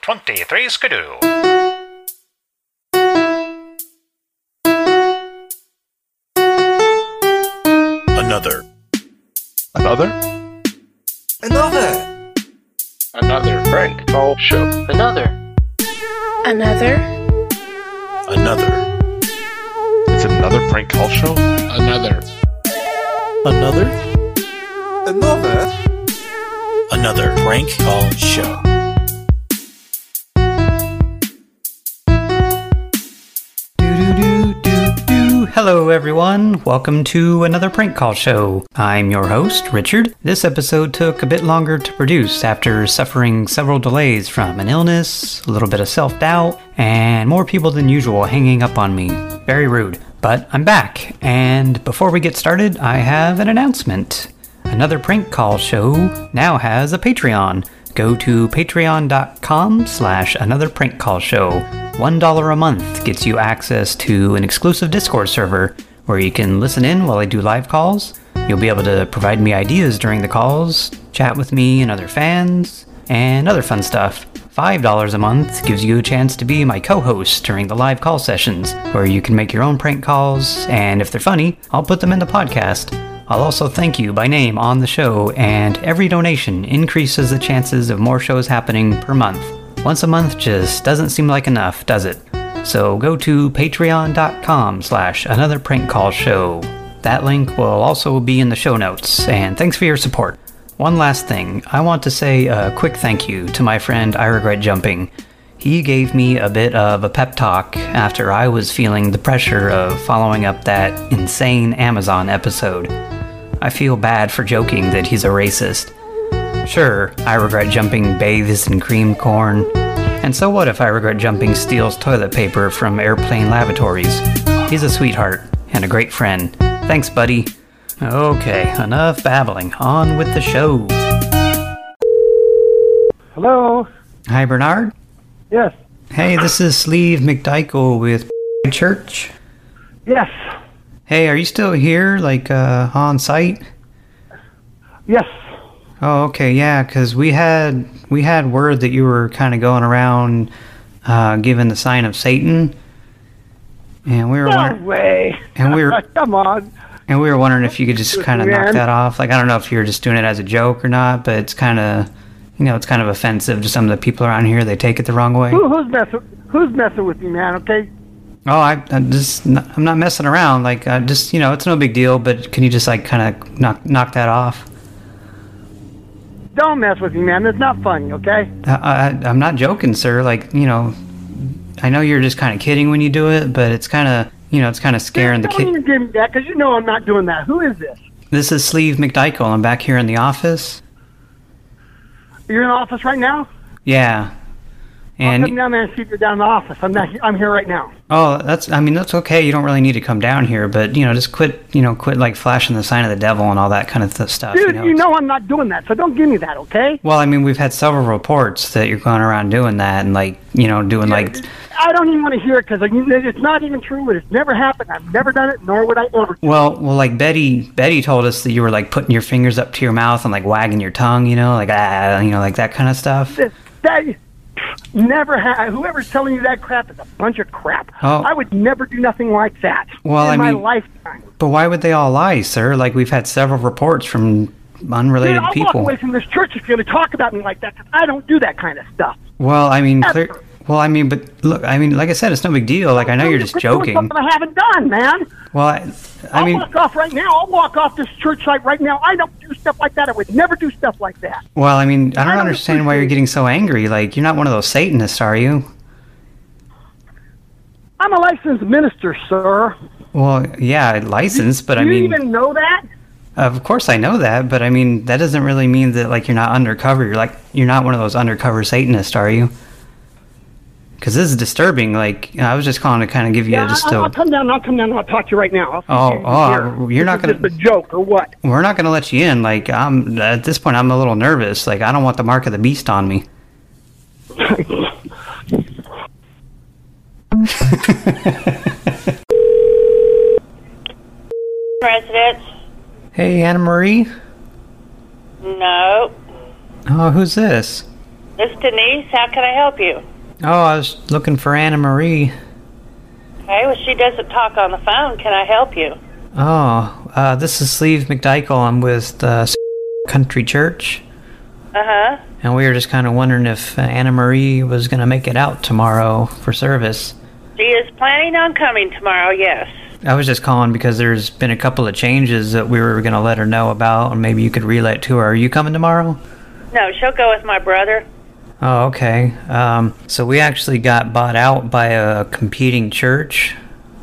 23 ska du. Another. Another? Another! Another Frank Call Show. Another. Another? Another. It's another prank call show? Another. Another? Another! Another prank call show. Do do do do do. Hello, everyone. Welcome to another prank call show. I'm your host, Richard. This episode took a bit longer to produce after suffering several delays from an illness, a little bit of self doubt, and more people than usual hanging up on me. Very rude. But I'm back, and before we get started, I have an announcement. Another Prank Call Show now has a Patreon. Go to patreon.com slash another prank call show. $1 a month gets you access to an exclusive Discord server where you can listen in while I do live calls. You'll be able to provide me ideas during the calls, chat with me and other fans, and other fun stuff. $5 a month gives you a chance to be my co host during the live call sessions, where you can make your own prank calls, and if they're funny, I'll put them in the podcast. I'll also thank you by name on the show, and every donation increases the chances of more shows happening per month. Once a month just doesn't seem like enough, does it? So go to patreon.com slash another prank call show. That link will also be in the show notes, and thanks for your support. One last thing, I want to say a quick thank you to my friend I Regret Jumping. He gave me a bit of a pep talk after I was feeling the pressure of following up that insane Amazon episode. I feel bad for joking that he's a racist. Sure, I regret jumping bathes in cream corn. And so what if I regret jumping steals toilet paper from airplane lavatories? He's a sweetheart and a great friend. Thanks, buddy. Okay, enough babbling. On with the show. Hello. Hi, Bernard. Yes. Hey, this is Sleeve McDykel with Church. Yes. Hey, are you still here, like uh, on site? Yes. Oh, okay, yeah, because we had we had word that you were kind of going around uh, giving the sign of Satan, and we were No wonder- way. and we were Come on. and we were wondering if you could just kind of knock Man. that off. Like, I don't know if you were just doing it as a joke or not, but it's kind of you know it's kind of offensive to some of the people around here. They take it the wrong way. Who, who's messing? Who's messing with me, man? Okay. Oh, I, I just n- I'm not messing around. Like, I just you know, it's no big deal. But can you just like kind of knock knock that off? Don't mess with me, man. It's not funny. Okay. I, I, I'm not joking, sir. Like, you know, I know you're just kind of kidding when you do it, but it's kind of you know, it's kind of scaring the Don't kid. even give me that, because you know I'm not doing that. Who is this? This is Sleeve McDykel. I'm back here in the office. You're in the office right now. Yeah, Come and down there and see if you're down in the office. I'm not. I'm here right now. oh, that's I mean that's okay. You don't really need to come down here, but you know, just quit you know quit like flashing the sign of the devil and all that kind of th- stuff. Dude, you It's- know I'm not doing that, so don't give me that, okay? Well, I mean, we've had several reports that you're going around doing that and like, you know, doing like, I don't even want to hear it because it's not even true. It's never happened. I've never done it, nor would I ever. well, well, like Betty, Betty told us that you were like putting your fingers up to your mouth and like wagging your tongue, you know, like ah, you know, like that kind of stuff. this that never ha- whoever's telling you that crap is a bunch of crap. Oh. I would never do nothing like that Well, in I my mean- lifetime. But why would they all lie, sir? Like we've had several reports from Dude, unrelated I'll walk people. away from this church if you're going to talk about me like that. 'cause I don't do that kind of stuff. Well, I mean, Ever. clear. Well, I mean, but look, I mean, like I said, it's no big deal. Like I know you're just Quit doing joking. Something I haven't done, man. Well, I, I I'll mean, walk off right now. I'll walk off this church site right now. I don't do stuff like that. I would never do stuff like that. well, I mean, I I don't don't understand why you're appreciate- getting so angry. Like you're not one of those Satanists, are you? I'm a licensed minister, sir. Well, yeah, licensed, but Do I you mean, even know that? Of course, I know that, but I mean that doesn't really mean that like you're not undercover. You're like you're not one of those undercover Satanists, are you? Because this is disturbing. Like I was just calling to kind of give you Yeah, just I'll, a. I'll come down. I'll come down. and I'll talk to you right now. Oh, I'll see oh, here. I- you're not This is gonna- just a joke or what? We're not gonna let you in. Like I'm at this point, I'm a little nervous. Like I don't want the mark of the beast on me. Presidents? Hey, Anna Marie. No. Oh, who's this? This is Denise. How can I help you? Oh, I was looking for Anna Marie. Okay, well, she doesn't talk on the phone. Can I help you? Oh, uh, this is Sleeve McDykel. I'm with the Country Church, Uh huh. and we were just kind of wondering if uh, Anna Marie was going to make it out tomorrow for service. She is planning on coming tomorrow, yes. I was just calling because there's been a couple of changes that we were going to let her know about, and maybe you could relay it to her. Are you coming tomorrow? No, she'll go with my brother. Oh, okay. Um, so we actually got bought out by a competing church.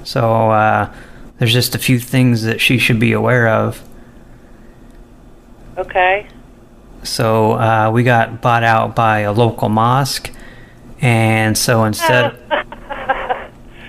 So uh, there's just a few things that she should be aware of. Okay. So uh, we got bought out by a local mosque, and so instead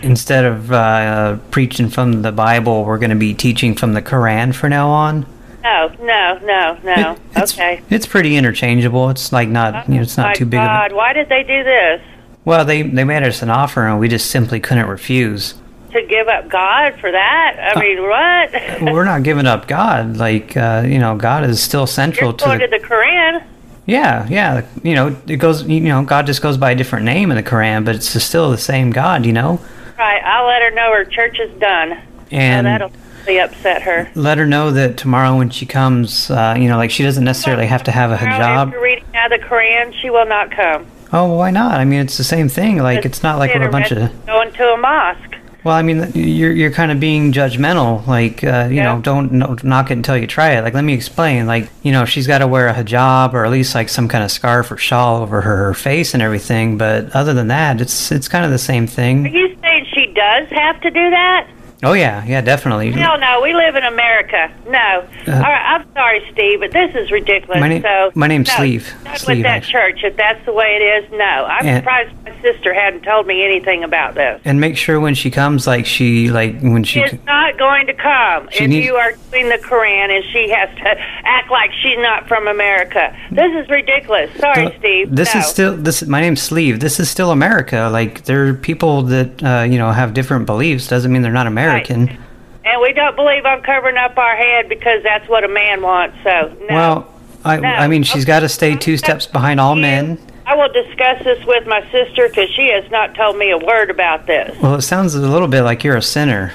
instead of uh, preaching from the Bible, we're going to be teaching from the Quran for now on. No, no, no, no. It- it's, okay. It's pretty interchangeable. It's like not you know, it's not my too big. God, Of why did they do this? a, well, they they made us an offer, and we just simply couldn't refuse. To give up God for that? I mean, what? Uh, Well, we're not giving up God. Like uh, you know, God is still central You're to going to the, the Koran. yeah, yeah. You know, it goes. You know, God just goes by a different name in the Quran, but it's still the same God. You know, Right, I'll let her know her church is done. Oh, and that'll really upset her. let her know that tomorrow when she comes, uh, you know, like she doesn't necessarily have to have a Tomorrow, After hijab. reading out of the Koran, she will not come. Oh, well, why not? I mean, it's the same thing. Like it's not like we're a bunch of. going to a mosque. Well, I mean, you're you're kind of being judgmental. Like, uh, you Yeah. know, don't no, knock it until you try it. Like, let me explain. Like, you know, she's got to wear a hijab or at least like some kind of scarf or shawl over her, her face and everything. But other than that, it's it's kind of the same Are thing. you saying she does have to do that? Oh yeah, yeah, definitely. Hell no, we live in America. No. All right, I'm sorry, Steve, but this is ridiculous. Uh, My name- so my name's no, Sleeve. Not Sleeve, with that actually. church. If that's the way it is, no. I'm And- surprised my sister hadn't told me anything about this. And make sure when she comes, like she like when She she. is not going to come She if needs- you are doing the Koran and she has to act like she's not from America. This is ridiculous. Sorry, Steve. This no. is still this. My name's Sleeve. This is still America. Like there are people that uh, you know have different beliefs. Doesn't mean they're not American. And we don't believe I'm covering up our head because that's what a man wants. So no. Well, I, No. I mean, she's got to stay two steps behind all You- men. I will discuss this with my sister because she has not told me a word about this. Well, it sounds a little bit like you're a sinner.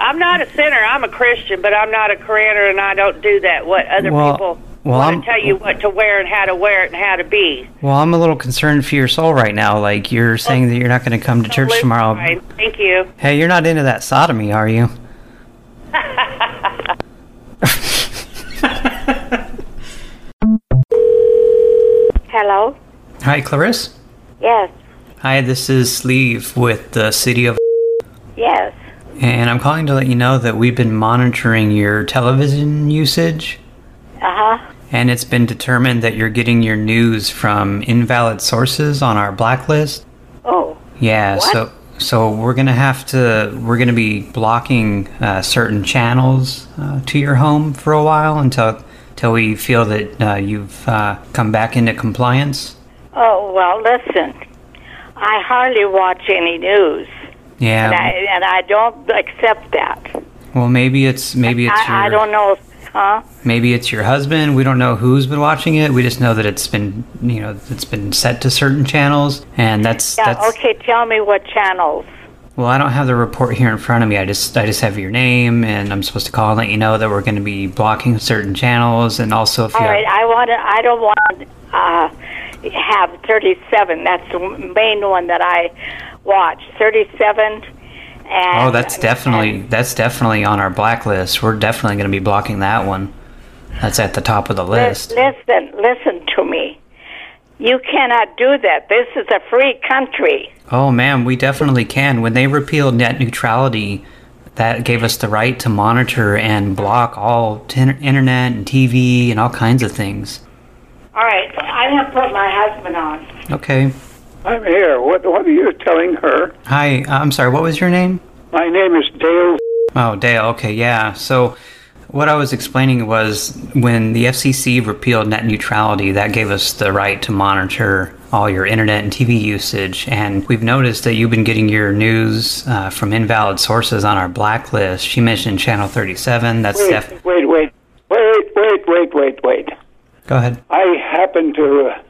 I'm not a sinner. I'm a Christian, but I'm not a Koraner, and I don't do that. What other Well- people well, want I'm- to tell you what to wear and how to wear it and how to be. Well, I'm a little concerned for your soul right now. Like, you're saying that you're not going to come to church Luke, tomorrow. fine. Thank you. Hey, you're not into that sodomy, are you? Hello. Hi, Clarice. Yes. Hi, this is Sleeve with the City of. Yes. And I'm calling to let you know that we've been monitoring your television usage, Uh huh. and it's been determined that you're getting your news from invalid sources on our blacklist. Oh. Yeah, What? so so we're gonna have to we're gonna be blocking uh, certain channels uh, to your home for a while until until we feel that uh, you've uh, come back into compliance. Oh well. Listen, I hardly watch any news, Yeah. and I and I don't accept that. well, maybe it's maybe it's your I, I don't know. Huh? maybe it's your husband. We don't know who's been watching it. We just know that it's been you know it's been set to certain channels, and that's Yeah. that's okay. Tell me what channels. Well, I don't have the report here in front of me. I just I just have your name, and I'm supposed to call and let you know that we're going to be blocking certain channels, and also if you All have- right. I want to. I don't want to uh, have 37. That's the main one that I watch. 37. And oh, that's definitely that's definitely on our blacklist. We're definitely going to be blocking that one. That's at the top of the list. Listen, listen to me. You cannot do that. This is a free country. Oh, ma'am, we definitely can. When they repealed net neutrality, that gave us the right to monitor and block all t- internet and TV and all kinds of things. All right, I'm gonna put my husband on. Okay. I'm here. What What are you telling her? Hi. uh, I'm sorry. What was your name? My name is Dale. Oh, Dale. Okay, yeah. So, what I was explaining was when the FCC repealed net neutrality, that gave us the right to monitor all your internet and TV usage. And we've noticed that you've been getting your news uh, from invalid sources on our blacklist. She mentioned Channel 37. That's Wait, def- wait, wait, wait, wait, wait, wait, wait. Go ahead. I happen to uh,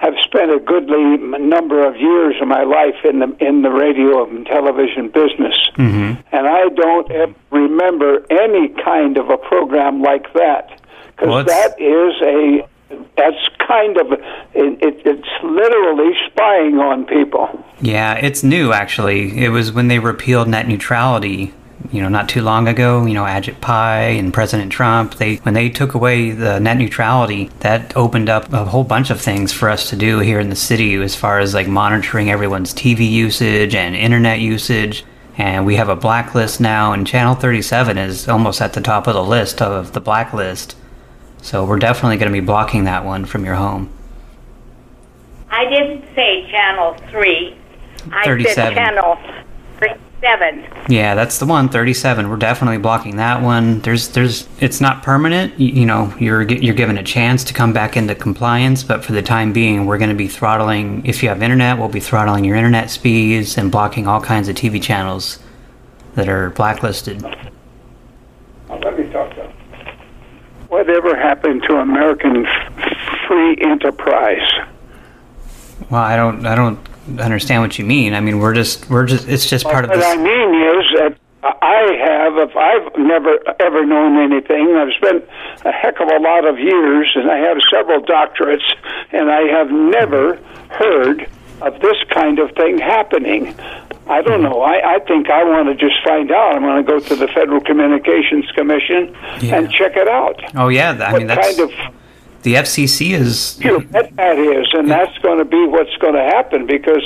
I've spent a goodly m- number of years of my life in the in the radio and television business, Mm-hmm. and I don't eh, remember any kind of a program like that because Well, it's- that is a that's kind of it, it, it's literally spying on people. Yeah, it's new actually. It was when they repealed net neutrality, you know, not too long ago, you know, Agit Pai and President Trump, they when they took away the net neutrality, that opened up a whole bunch of things for us to do here in the city as far as like monitoring everyone's TV usage and internet usage. And we have a blacklist now and channel 37 is almost at the top of the list of the blacklist. So we're definitely going to be blocking that one from your home. I didn't say Channel 3. I 37. said Channel 37. Yeah, that's the one. Thirty-seven. We're definitely blocking that one. There's, there's. It's not permanent. You, you know, you're gi- you're given a chance to come back into compliance, but for the time being, we're going to be throttling. If you have internet, we'll be throttling your internet speeds and blocking all kinds of TV channels that are blacklisted. Let me talk to him. Whatever happened to American f- free enterprise? Well, I don't, I don't understand what you mean. I mean, we're just, we're just. It's just part of What I this. mean is that I have, if I've never ever known anything, I've spent a heck of a lot of years, and I have several doctorates, and I have never heard of this kind of thing happening. I don't know. I, I think I want to just find out. I'm going to go to the Federal Communications Commission and check it out. Oh yeah, th- I mean what that's kind of the FCC is. you bet that is, and that's going to be what's going to happen because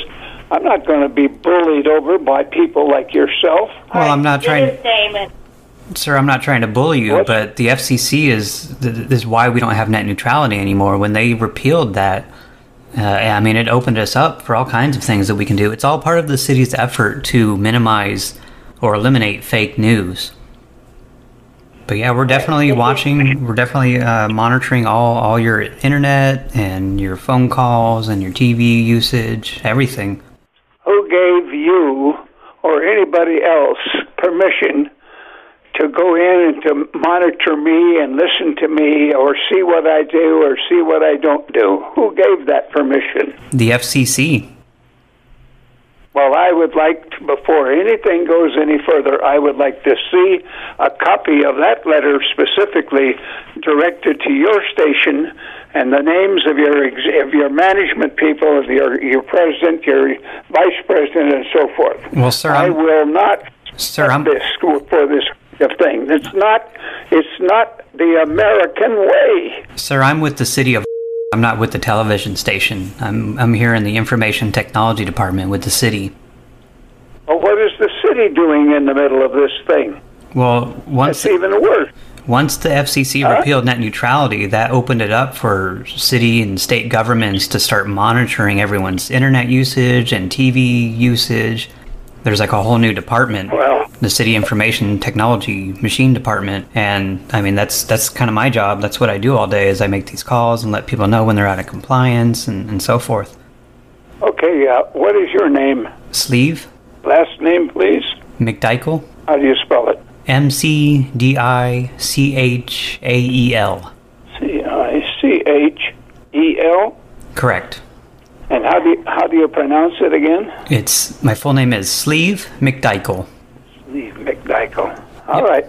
I'm not going to be bullied over by people like yourself. Well, I'm not trying. His name is Sir, I'm not trying to bully you, What? but the FCC is th- th- is why we don't have net neutrality anymore. When they repealed that, uh, I mean, it opened us up for all kinds of things that we can do. It's all part of the city's effort to minimize or eliminate fake news. But yeah, we're definitely watching. We're definitely uh, monitoring all all your internet and your phone calls and your TV usage, everything. Who gave you or anybody else permission to go in and to monitor me and listen to me or see what I do or see what I don't do? Who gave that permission? The FCC. Well, I would like, to, before anything goes any further, I would like to see a copy of that letter specifically directed to your station and the names of your ex- of your management people, of your your president, your vice president, and so forth. Well, sir, I I'm- will not Sir, I'm- this for this kind of thing. It's not it's not the American way. Sir, I'm with the city of. I'm not with the television station. I'm I'm here in the information technology department with the city. Well, what is the city doing in the middle of this thing? Well, once It's even worse. once the FCC repealed net neutrality, that opened it up for city and state governments to start monitoring everyone's internet usage and TV usage. There's like a whole new department, Well- the city information technology machine department, and I mean that's that's kind of my job. That's what I do all day is I make these calls and let people know when they're out of compliance and, and so forth. Okay, uh, what is your name? Sleeve. Last name, please. McDykel. How do you spell it? M C D I C H A E L. C I C H E L. Correct. And how do you, how do you pronounce it again? It's my full name is Sleeve McDykel. Steve McDykel. All right.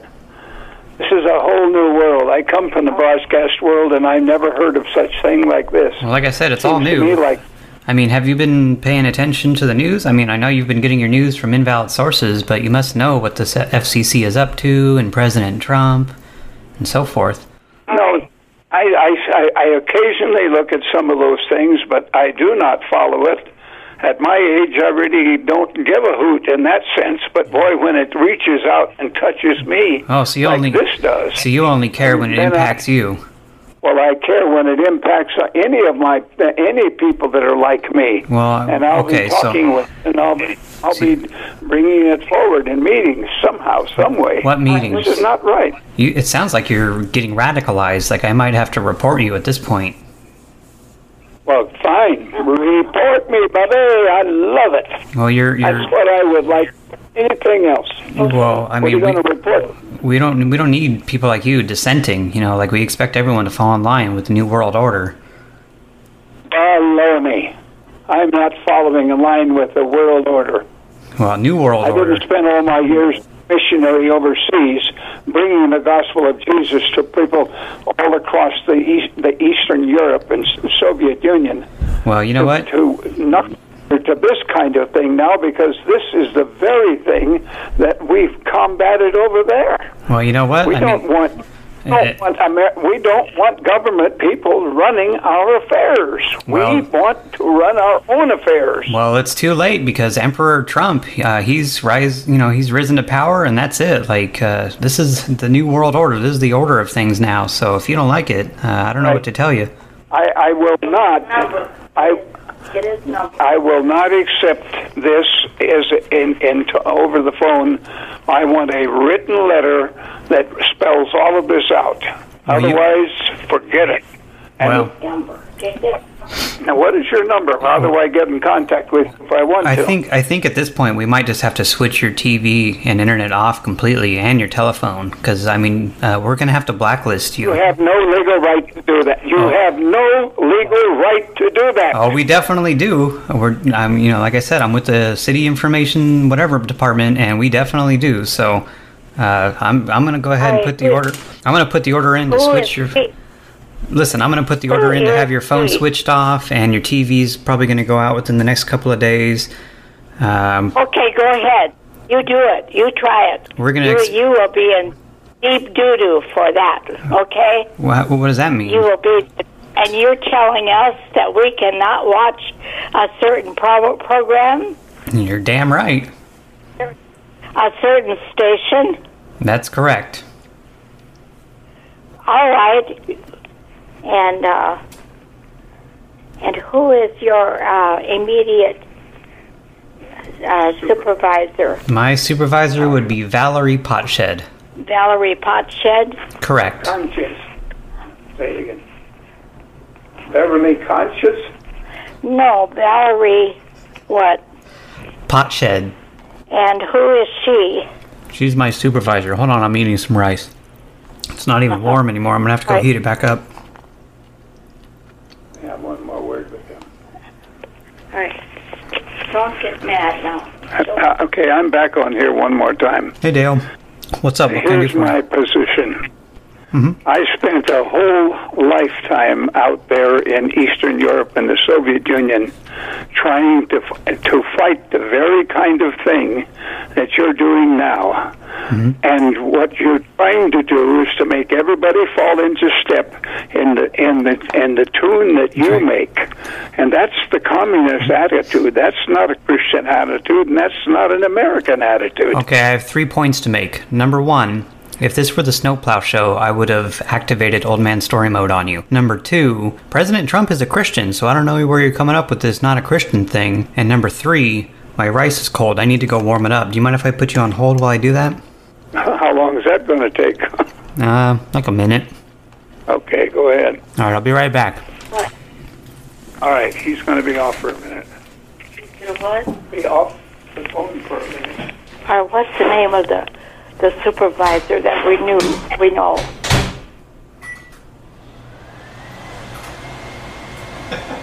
This is a whole new world. I come from the broadcast world, and I've never heard of such thing like this. Well, like I said, it's all Seems To me new. like I mean, have you been paying attention to the news? I mean, I know you've been getting your news from invalid sources, but you must know what the FCC is up to and President Trump and so forth. No, I, I, I occasionally look at some of those things, but I do not follow it. At my age, I really don't give a hoot in that sense. But boy, when it reaches out and touches me, Oh, so you like only this does. uh, so you only care when it Then I- impacts you. well, I care when it impacts any of my any people that are like me. Well, and I'll okay, be so- talking with, and I'll be, I'll See- be bringing it forward in meetings somehow, some way. What meetings? This is not right. You, it sounds like you're getting radicalized. Like I might have to report you at this point. Well, fine. Report me, buddy. I love it. Well, you're you're. That's what I would like. Anything else? Well, I what mean, are you we- going to report? we don't we don't need people like you dissenting you know like we expect everyone to fall in line with the new world order baloney. I'm not following in line with the world order. Well, New World I Order. didn't spend all my years missionary overseas, bringing the gospel of Jesus to people all across the east, the Eastern Europe and Soviet Union. Well, you know what? To not to this kind of thing now, because this is the very thing that we've combated over there. Well, you know what? We I don't mean, want. Eh. Don't want Amer- we don't want government people running our affairs. Well- we want to run our own affairs. well, it's too late because Emperor Trump, uh, he's rise, you know, he's risen to power, and that's it. Like uh, this is the new world order. This is the order of things now. So if you don't like it, uh, I don't know what to tell you. I, I will not. Number. I It is number. I will not accept this as in, in to, over the phone. I want a written letter that spells all of this out. Well, you- Otherwise, forget it. Well, Now, what is your number? How do I get in contact with you if I want I to? think I think at this point we might just have to switch your TV and internet off completely and your telephone because I mean uh, we're gonna have to blacklist you you. have no legal right to do that. You have no legal right to do that. Oh, we definitely do. We're I'm you know like I said I'm with the city information whatever department and we definitely do. So uh, I'm I'm gonna go ahead and Hey, put the who- order. I'm gonna put the order in to switch your. Listen, I'm going to put the order in to have your phone switched off, and your TV's probably going to go out within the next couple of days. Um, Okay, go ahead. You do it. You try it. We're gonna You, ex- you will be in deep doo doo for that. Okay. what, what does that mean? You will be. And you're telling us that we cannot watch a certain pro- program, You're damn right. a certain station. That's correct. All right. And uh, and who is your uh, immediate uh, supervisor? My supervisor would be Valerie Potshed. Valerie Potshed. Correct. Conscious. Say it again. Beverly Conscious? No, Valerie. What? Potshed. And who is she? She's my supervisor. Hold on, I'm eating some rice. It's not even warm anymore. I'm going to have to go Right. heat it back up. I have one more word with him. All right. Don't get mad now. Uh, okay, I'm back on here one more time. Hey, Dale. What's up? What can I do Here's for you? my position. Mm-hmm. I spent a whole lifetime out there in Eastern Europe and the Soviet Union trying to f- to fight the very kind of thing that you're doing now. And what you're trying to do is to make everybody fall into step in the in the in the tune that you make. And that's the communist attitude. That's not a Christian attitude and that's not an American attitude. Okay, I have three points to make. Number one, if this were the snowplow show, I would have activated Old Man Story Mode on you. Number two, President Trump is a Christian, so I don't know where you're coming up with this not a Christian thing. And number three, my rice is cold. I need to go warm it up. Do you mind if I put you on hold while I do that? How long is that going to take? Uh, like a minute. okay, go ahead. All right, I'll be right back. All right, he's going to be off for a minute. What? Be off the phone for a minute. Or what's the name of the the supervisor that we knew we know?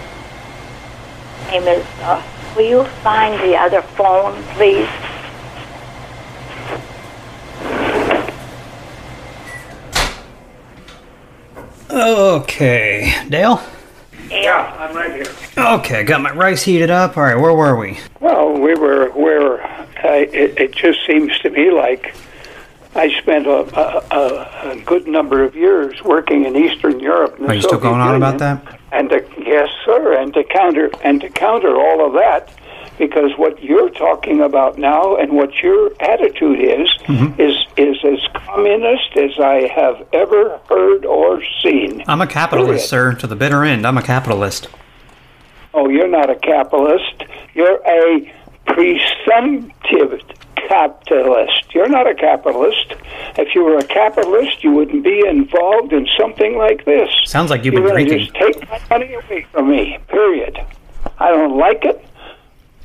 Name is. Uh, will you find the other phone, please? Okay, Dale. Yeah, I'm right here. Okay, got my rice heated up. All right, where were we? Well, we were where I, it, it just seems to me like I spent a, a, a, a good number of years working in Eastern Europe. and the Are you still Soviet going on about Union. that? And to, yes, sir, and to counter and to counter all of that, because what you're talking about now and what your attitude is is is as communist as I have ever heard or seen. I'm a capitalist, sir, to the bitter end. I'm a capitalist. Oh, you're not a capitalist. You're a presumptive capitalist. You're not a capitalist. If you were a capitalist, you wouldn't be involved in something like this. Sounds like you've been You're gonna drinking. Just take my money away from me. Period. I don't like it.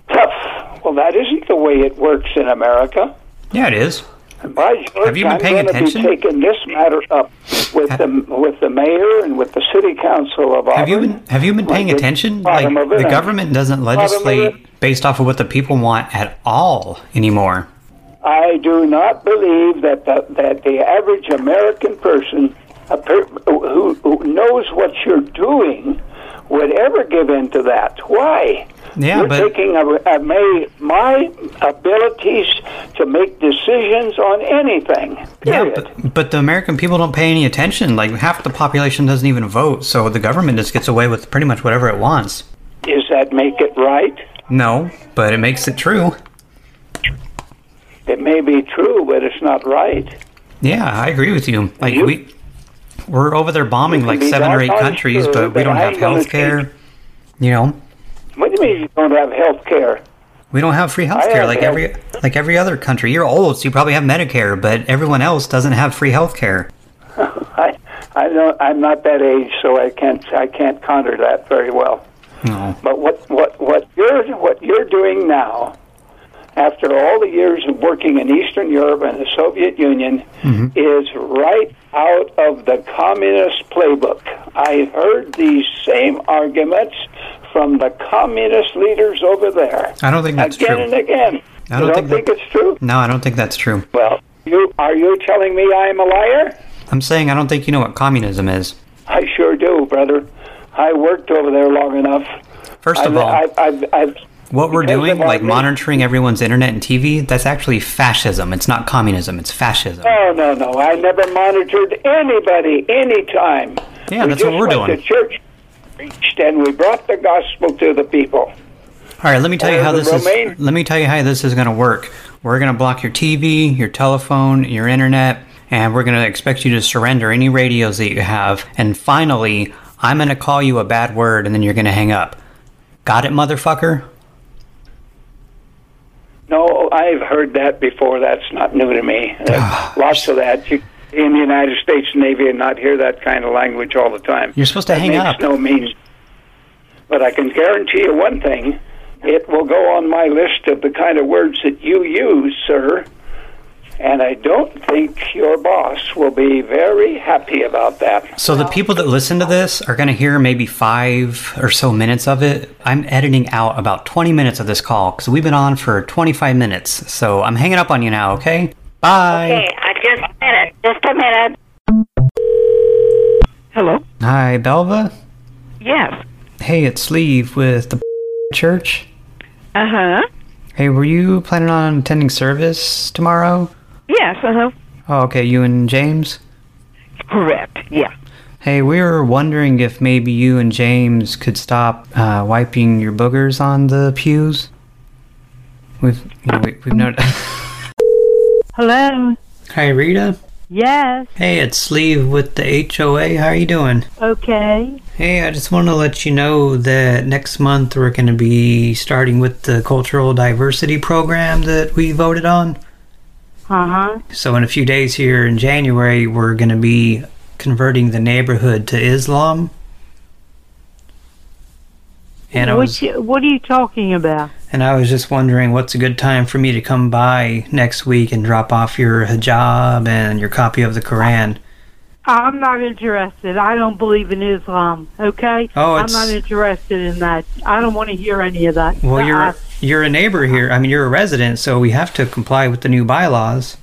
Tough. Well, that isn't the way it works in America. Yeah, it is. And by George, Have you been I'm paying gonna attention? Be taking this matter up. with the with the mayor and with the city council of Auburn. Have you been Have you been paying Like, attention? Like bottom of it. the government doesn't Bottom of it. legislate based off of what the people want at all anymore. I do not believe that the, that the average American person a per, who, who knows what you're doing would ever give in to that. Why? Yeah, you're but- taking a, a may, my abilities to make decisions on anything. Period. but, but the American people don't pay any attention. Like half the population doesn't even vote, so the government just gets away with pretty much whatever it wants. Does that make it right? No, but it makes it true. It may be true, but it's not right. Yeah, I agree with you. Like You- we we're over there bombing like be seven or eight doggone countries, sure but we that don't I have ain't gonna health care. You know, What do you mean you don't have health care? we don't have free health I care have like health- every like every other country. You're old, so you probably have Medicare, but everyone else doesn't have free health care. I, I don't, I'm not that age, so I can't I can't counter that very well. No. But what what what you're what you're doing now, after all the years of working in Eastern Europe and the Soviet Union, Mm-hmm. is right out of the communist playbook. I heard these same arguments from the communist leaders over there I don't think that's again true. and again. I don't you think don't think that- it's true. No, I don't think that's true. Well, you are you telling me I'm a liar? I'm saying I don't think you know what communism is. I sure do, brother. I worked over there long enough. First of I, all, I, I, I, what we're because doing, of our like nation- monitoring everyone's internet and TV, that's actually fascism. It's not communism. It's fascism. No, no, no. I never monitored anybody anytime. Yeah, we that's what just we're went doing. To church, preached, and we brought the gospel to the people. All right, let me tell you Or how the this is. Romaine- Let me tell you how this is going to work. We're going to block your TV, your telephone, your internet, and we're going to expect you to surrender any radios that you have. And finally, I'm going to call you a bad word, and then you're going to hang up. Got it, motherfucker? No, I've heard that before. That's not new to me. Uh, Lots of that. You, in the United States Navy, and not hear that kind of language all the time. You're supposed to That hang makes up. No means. But I can guarantee you one thing: it will go on my list of the kind of words that you use, sir. And I don't think your boss will be very happy about that. So the people that listen to this are going to hear maybe five or so minutes of it. I'm editing out about 20 minutes of this call because we've been on for 25 minutes. So I'm hanging up on you now. Okay. Bye. Okay, I just a minute. Just a minute. Hello? Hi, Belva. Yes. Hey, it's Sleeve with the church. Uh huh. Hey, were you planning on attending service tomorrow? Yes, uh huh. Oh, okay, you and James? Correct. Yeah. Hey, we were wondering if maybe you and James could stop uh, wiping your boogers on the pews. We've, you know, we, we've noticed. Hello? Hi, Rita. Yes. Hey, it's Sleeve with the HOA. How are you doing? Okay. Hey, I just want to let you know that next month we're going to be starting with the cultural diversity program that we voted on. Uh huh. So, in a few days here in January, we're going to be converting the neighborhood to Islam. And I was what are you talking about? and I was just wondering what's a good time for me to come by next week and drop off your hijab and your copy of the Quran. I'm not interested. I don't believe in Islam. Okay. Oh, I'm it's- not interested in that. I don't want to hear any of that. Well, Uh-uh. you're you're a neighbor here. I mean, you're a resident, so we have to comply with the new bylaws.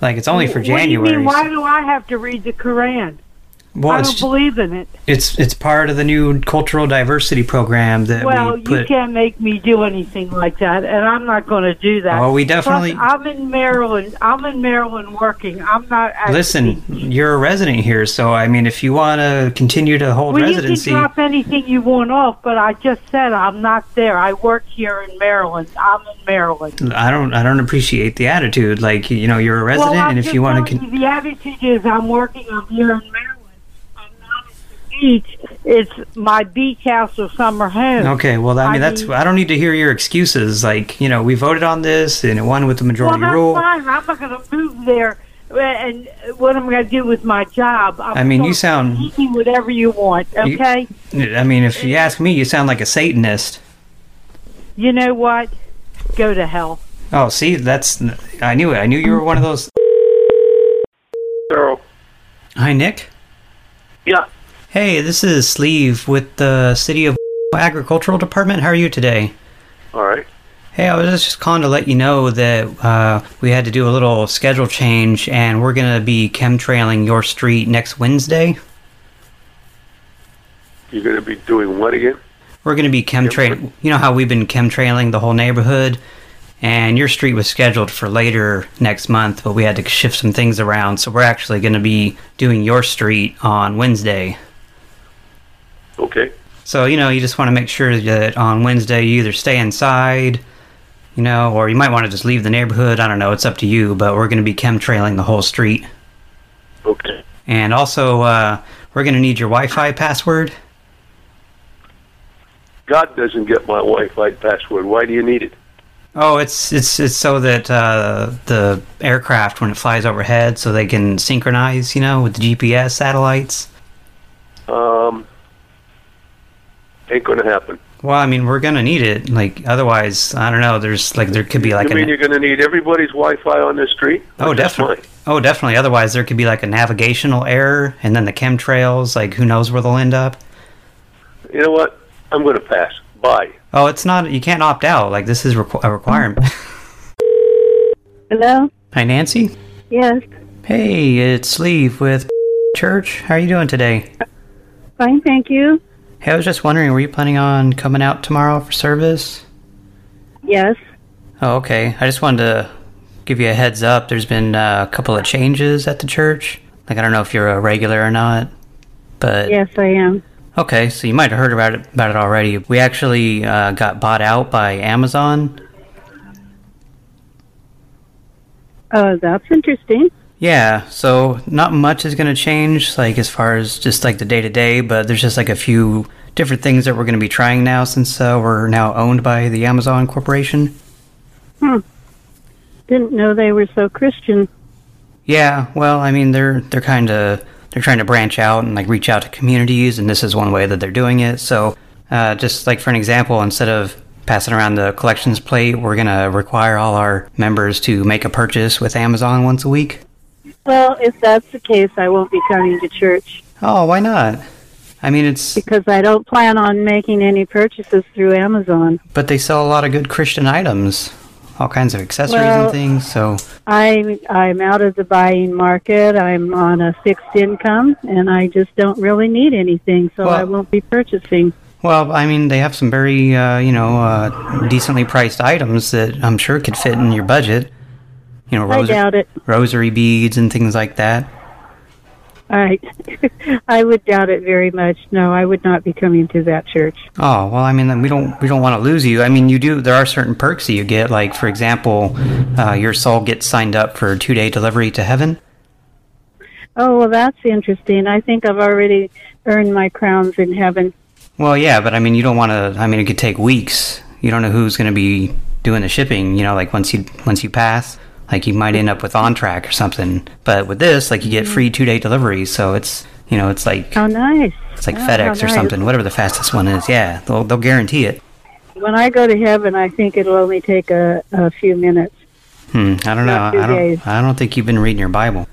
Like it's only for What do you January. mean? Why do I have to read the Koran? well, I it's don't believe in it. it's it's part of the new cultural diversity program that Well, we you put. can't make me do anything like that, and I'm not going to do that. Well, we Plus, definitely- I'm in Maryland. I'm in Maryland working. I'm not. Actually, Listen, you're a resident here, so I mean, if you want to continue to hold Well, residency, you can drop anything you want off, but I just said I'm not there. I work here in Maryland. I'm in Maryland. I don't I don't appreciate the attitude. Like you know, you're a resident, well, I'm and if just you want to, telling con- you, the attitude is I'm working. I'm here in Maryland. I'm not at the beach. It's my beach house or summer home. okay, well, I mean, I that's mean- I don't need to hear your excuses. Like you know, we voted on this and it won with the Well, majority that's rule. fine. I'm not going to move there. uh, And what am I going to do with my job? I'm I mean, you sorry, sound- you can whatever you want. Okay. You, I mean, if you ask me, you sound like a Satanist. know what? Go to hell. Oh, see, that's I knew it. I knew you were one of those. So Hi, Nick. Yeah. Hey, this is Sleeve with the City of Agricultural Department. How are you today? All right. Hey, I was just calling to let you know that uh, we had to do a little schedule change, and we're going to be chemtrailing your street next Wednesday. You're going to be doing what again? We're going to be chemtrailing. You know how we've been chemtrailing the whole neighborhood, and your street was scheduled for later next month, but we had to shift some things around, so we're actually going to be doing your street on Wednesday. Okay. So, you know, you just want to make sure that on Wednesday you either stay inside, you know, or you might want to just leave the neighborhood. I don't know. It's up to you, but we're going to be chemtrailing the whole street. Okay. And also, uh, we're going to need your Wi Fi password. God doesn't get my Wi-Fi password. Why do you need it? Oh, it's it's it's so that uh, the aircraft when it flies overhead, so they can synchronize, you know, with the GPS satellites. Um, ain't going to happen. Well, I mean, we're gonna need it. Like, otherwise, I don't know. There's like there could be like you an mean you're going to need everybody's Wi-Fi on the street? Oh, definitely. Oh, definitely. Otherwise, there could be like a navigational error, and then the chemtrails. Like, who knows where they'll end up? You know what? I'm going to pass. Bye. Oh, it's not. You can't opt out. Like, this is requ- a requirement. Hello? Hi, Nancy. Yes, Hey, it's Sleeve with Church. How are you doing today? fine, thank you. Hey, I was just wondering, were you planning on coming out tomorrow for service? Yes. Oh, okay. I just wanted to give you a heads up. There's been uh, a couple of changes at the church. Like, I don't know if you're a regular or not, but Yes, I am. Okay, so you might have heard about it, about it already. We actually uh, got bought out by Amazon. Oh, that's interesting. Yeah, so not much is going to change, like as far as just like the day to day, but there's just like a few different things that we're going to be trying now since uh, we're now owned by the Amazon Corporation. Hmm. Didn't know they were so Christian. Yeah, well, I mean they're they're kind of they're trying to branch out and like reach out to communities, and this is one way that they're doing it. So, uh, just like for an example, instead of passing around the collections plate, we're gonna require all our members to make a purchase with Amazon once a week. Well, if that's the case, I won't be coming to church Oh, why not? I mean, it's because I don't plan on making any purchases through Amazon. but they sell a lot of good Christian items, all kinds of accessories Well- and things. So, I I'm out of the buying market. I'm on a fixed income, and I just don't really need anything, so I won't be purchasing. well, I mean, they have some very uh, you know uh, decently priced items that I'm sure could fit in your budget. You know, I rosary, doubt it. rosary beads and things like that. I I would doubt it very much. No, I would not be coming to that church. Oh well, I mean, then we don't we don't want to lose you. I mean, you do. There are certain perks that you get. Like for example, uh, your soul gets signed up for two day delivery to heaven. Oh, well, that's interesting. I think I've already earned my crowns in heaven. Well, yeah, but I mean, you don't want to. I mean, it could take weeks. You don't know who's going to be doing the shipping. You know, like once you once you pass, like you might end up with on track or something. But with this, like you get free two day delivery, so it's you know it's like How nice. it's like Oh, FedEx how or nice. something, whatever the fastest one is. Yeah, they'll they'll guarantee it. When I go to heaven, I think it'll only take a, a few minutes. Hmm, I don't know. Not two I days. don't. I don't think you've been reading your Bible.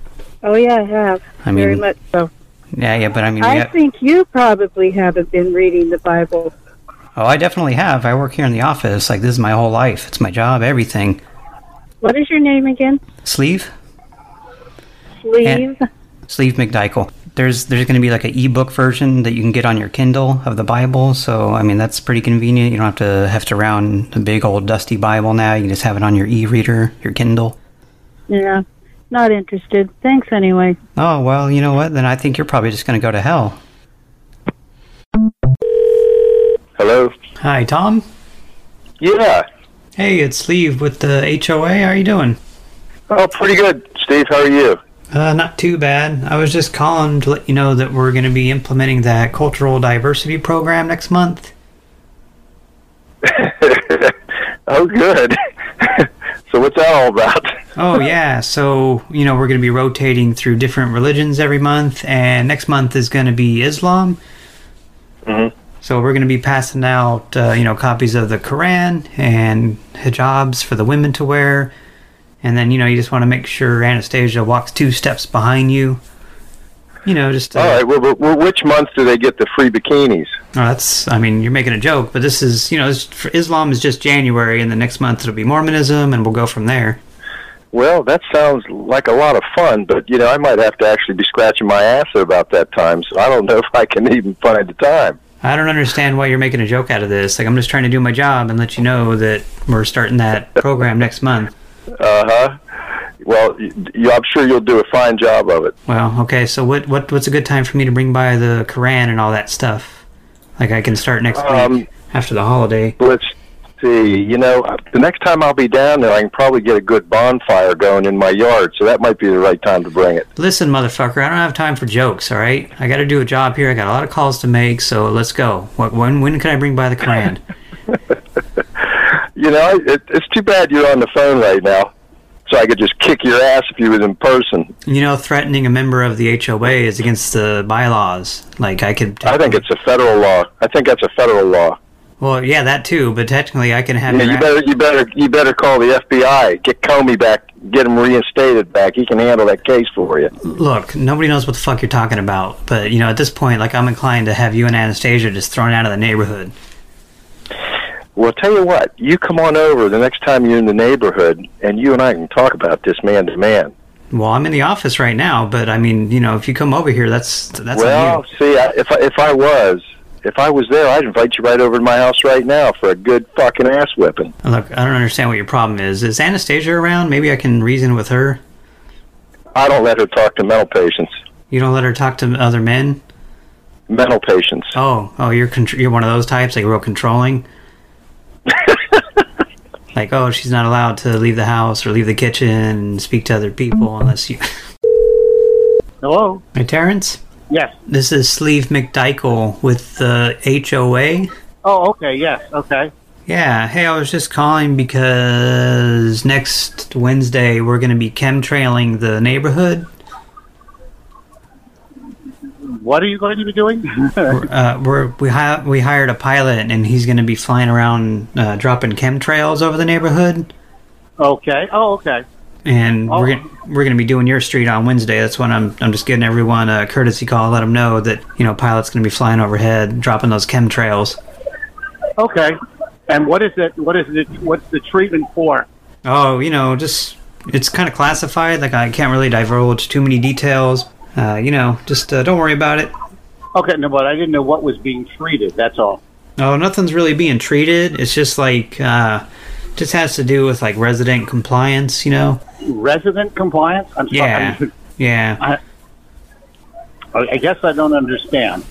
Oh, yeah, I have. I very mean, much so. Yeah, yeah, but I mean, we I have- think you probably haven't been reading the Bible. Oh, I definitely have. I work here in the office. Like, this is my whole life. It's my job, everything. What is your name again? Sleeve? Eh. Sleeve. Sleeve McDykel. There's there's going to be like an ebook version that you can get on your Kindle of the Bible. So, I mean, that's pretty convenient. You don't have to have to round the big old dusty Bible now. You can just have it on your e reader, your Kindle. Yeah. Not interested. Thanks anyway. Oh, well, you know what? Then I think you're probably just going to go to hell. Hello. Hi, Tom. Yeah. Hey, it's Sleeve with the HOA. How are you doing? Oh, pretty good. Steve, how are you? Uh, not too bad. I was just calling to let you know that we're going to be implementing that cultural diversity program next month. Oh, good. so what's that all about? Oh, yeah. So, you know, we're going to be rotating through different religions every month, and next month is going to be Islam. Mhm. So, we're going to be passing out, uh, you know, copies of the Quran and hijabs for the women to wear. And then, you know, you just want to make sure Anastasia walks two steps behind you. You know, just uh, All right. Well, but, well, which month do they get the free bikinis? Well, that's, I mean, you're making a joke, but this is, you know, this, for Islam is just January, and the next month it'll be Mormonism, and we'll go from there. Well, that sounds like a lot of fun, but you know, I might have to actually be scratching my ass at about that time. So I don't know if I can even find the time. I don't understand why you're making a joke out of this. Like, I'm just trying to do my job and let you know that we're starting that program next month. Uh huh. Well, y y- I'm sure you'll do a fine job of it. Well, okay, so what, what what's a good time for me to bring by the Koran and all that stuff? Like, I can start next Um, week after the holiday. Let's see. You know, uh, the next time I'll be down there, I can probably get a good bonfire going in my yard, so that might be the right time to bring it. Listen, motherfucker, I don't have time for jokes, all right? I got to do a job here. I got a lot of calls to make, so let's go. What, when, when can I bring by the Koran? You know, it, it's too bad you're on the phone right now, so I could just kick your ass if you was in person. You know, threatening a member of the HOA is against the bylaws. Like, I could. I think it's a federal law. I think that's a federal law. Well, yeah, that too, but technically I can have Yeah, your you ass- better, you better, you better call the FBI. Get Comey back. Get him reinstated back. He can handle that case for you. Look, nobody knows what the fuck you're talking about, but, you know, at this point, like, I'm inclined to have you and Anastasia just thrown out of the neighborhood. Well, tell you what. You come on over the next time you're in the neighborhood, and you and I can talk about this man to man. Well, I'm in the office right now, but I mean, you know, if you come over here, that's that's on you. Well, see, I, if I, if I was, if I was there, I'd invite you right over to my house right now for a good fucking ass whipping. Look, I don't understand what your problem is. Is Anastasia around? Maybe I can reason with her. I don't let her talk to mental patients. You don't let her talk to other men. Mental patients. Oh, oh, you're contr- you're one of those types, like real controlling. like, oh, she's not allowed to leave the house or leave the kitchen and speak to other people unless you. Hello. Hey, Terrence. Yes. This is Sleeve McDykel with the HOA. Oh, okay. Yes. Okay. Yeah, hey, I was just calling because next Wednesday we're going to be chemtrailing the neighborhood. What are you going to be doing? uh, we're, we, hi- we hired a pilot and he's going to be flying around uh, dropping chemtrails over the neighborhood. okay. Oh, okay. Oh. And we're gonna, we're going to be doing your street on Wednesday. That's when I'm I'm just giving everyone a courtesy call, let them know that you know pilot's going to be flying overhead, dropping those chemtrails. Okay. And what is it? What is it? What's the treatment for? Oh, you know, just it's kind of classified. Like I can't really divulge too many details. Uh, you know, just uh, don't worry about it. Okay. No, but I didn't know what was being treated. That's all. Oh, nothing's really being treated. It's just like uh, just has to do with like resident compliance. You know? Resident compliance. I'm sorry. Yeah, yeah. I, I guess I don't understand.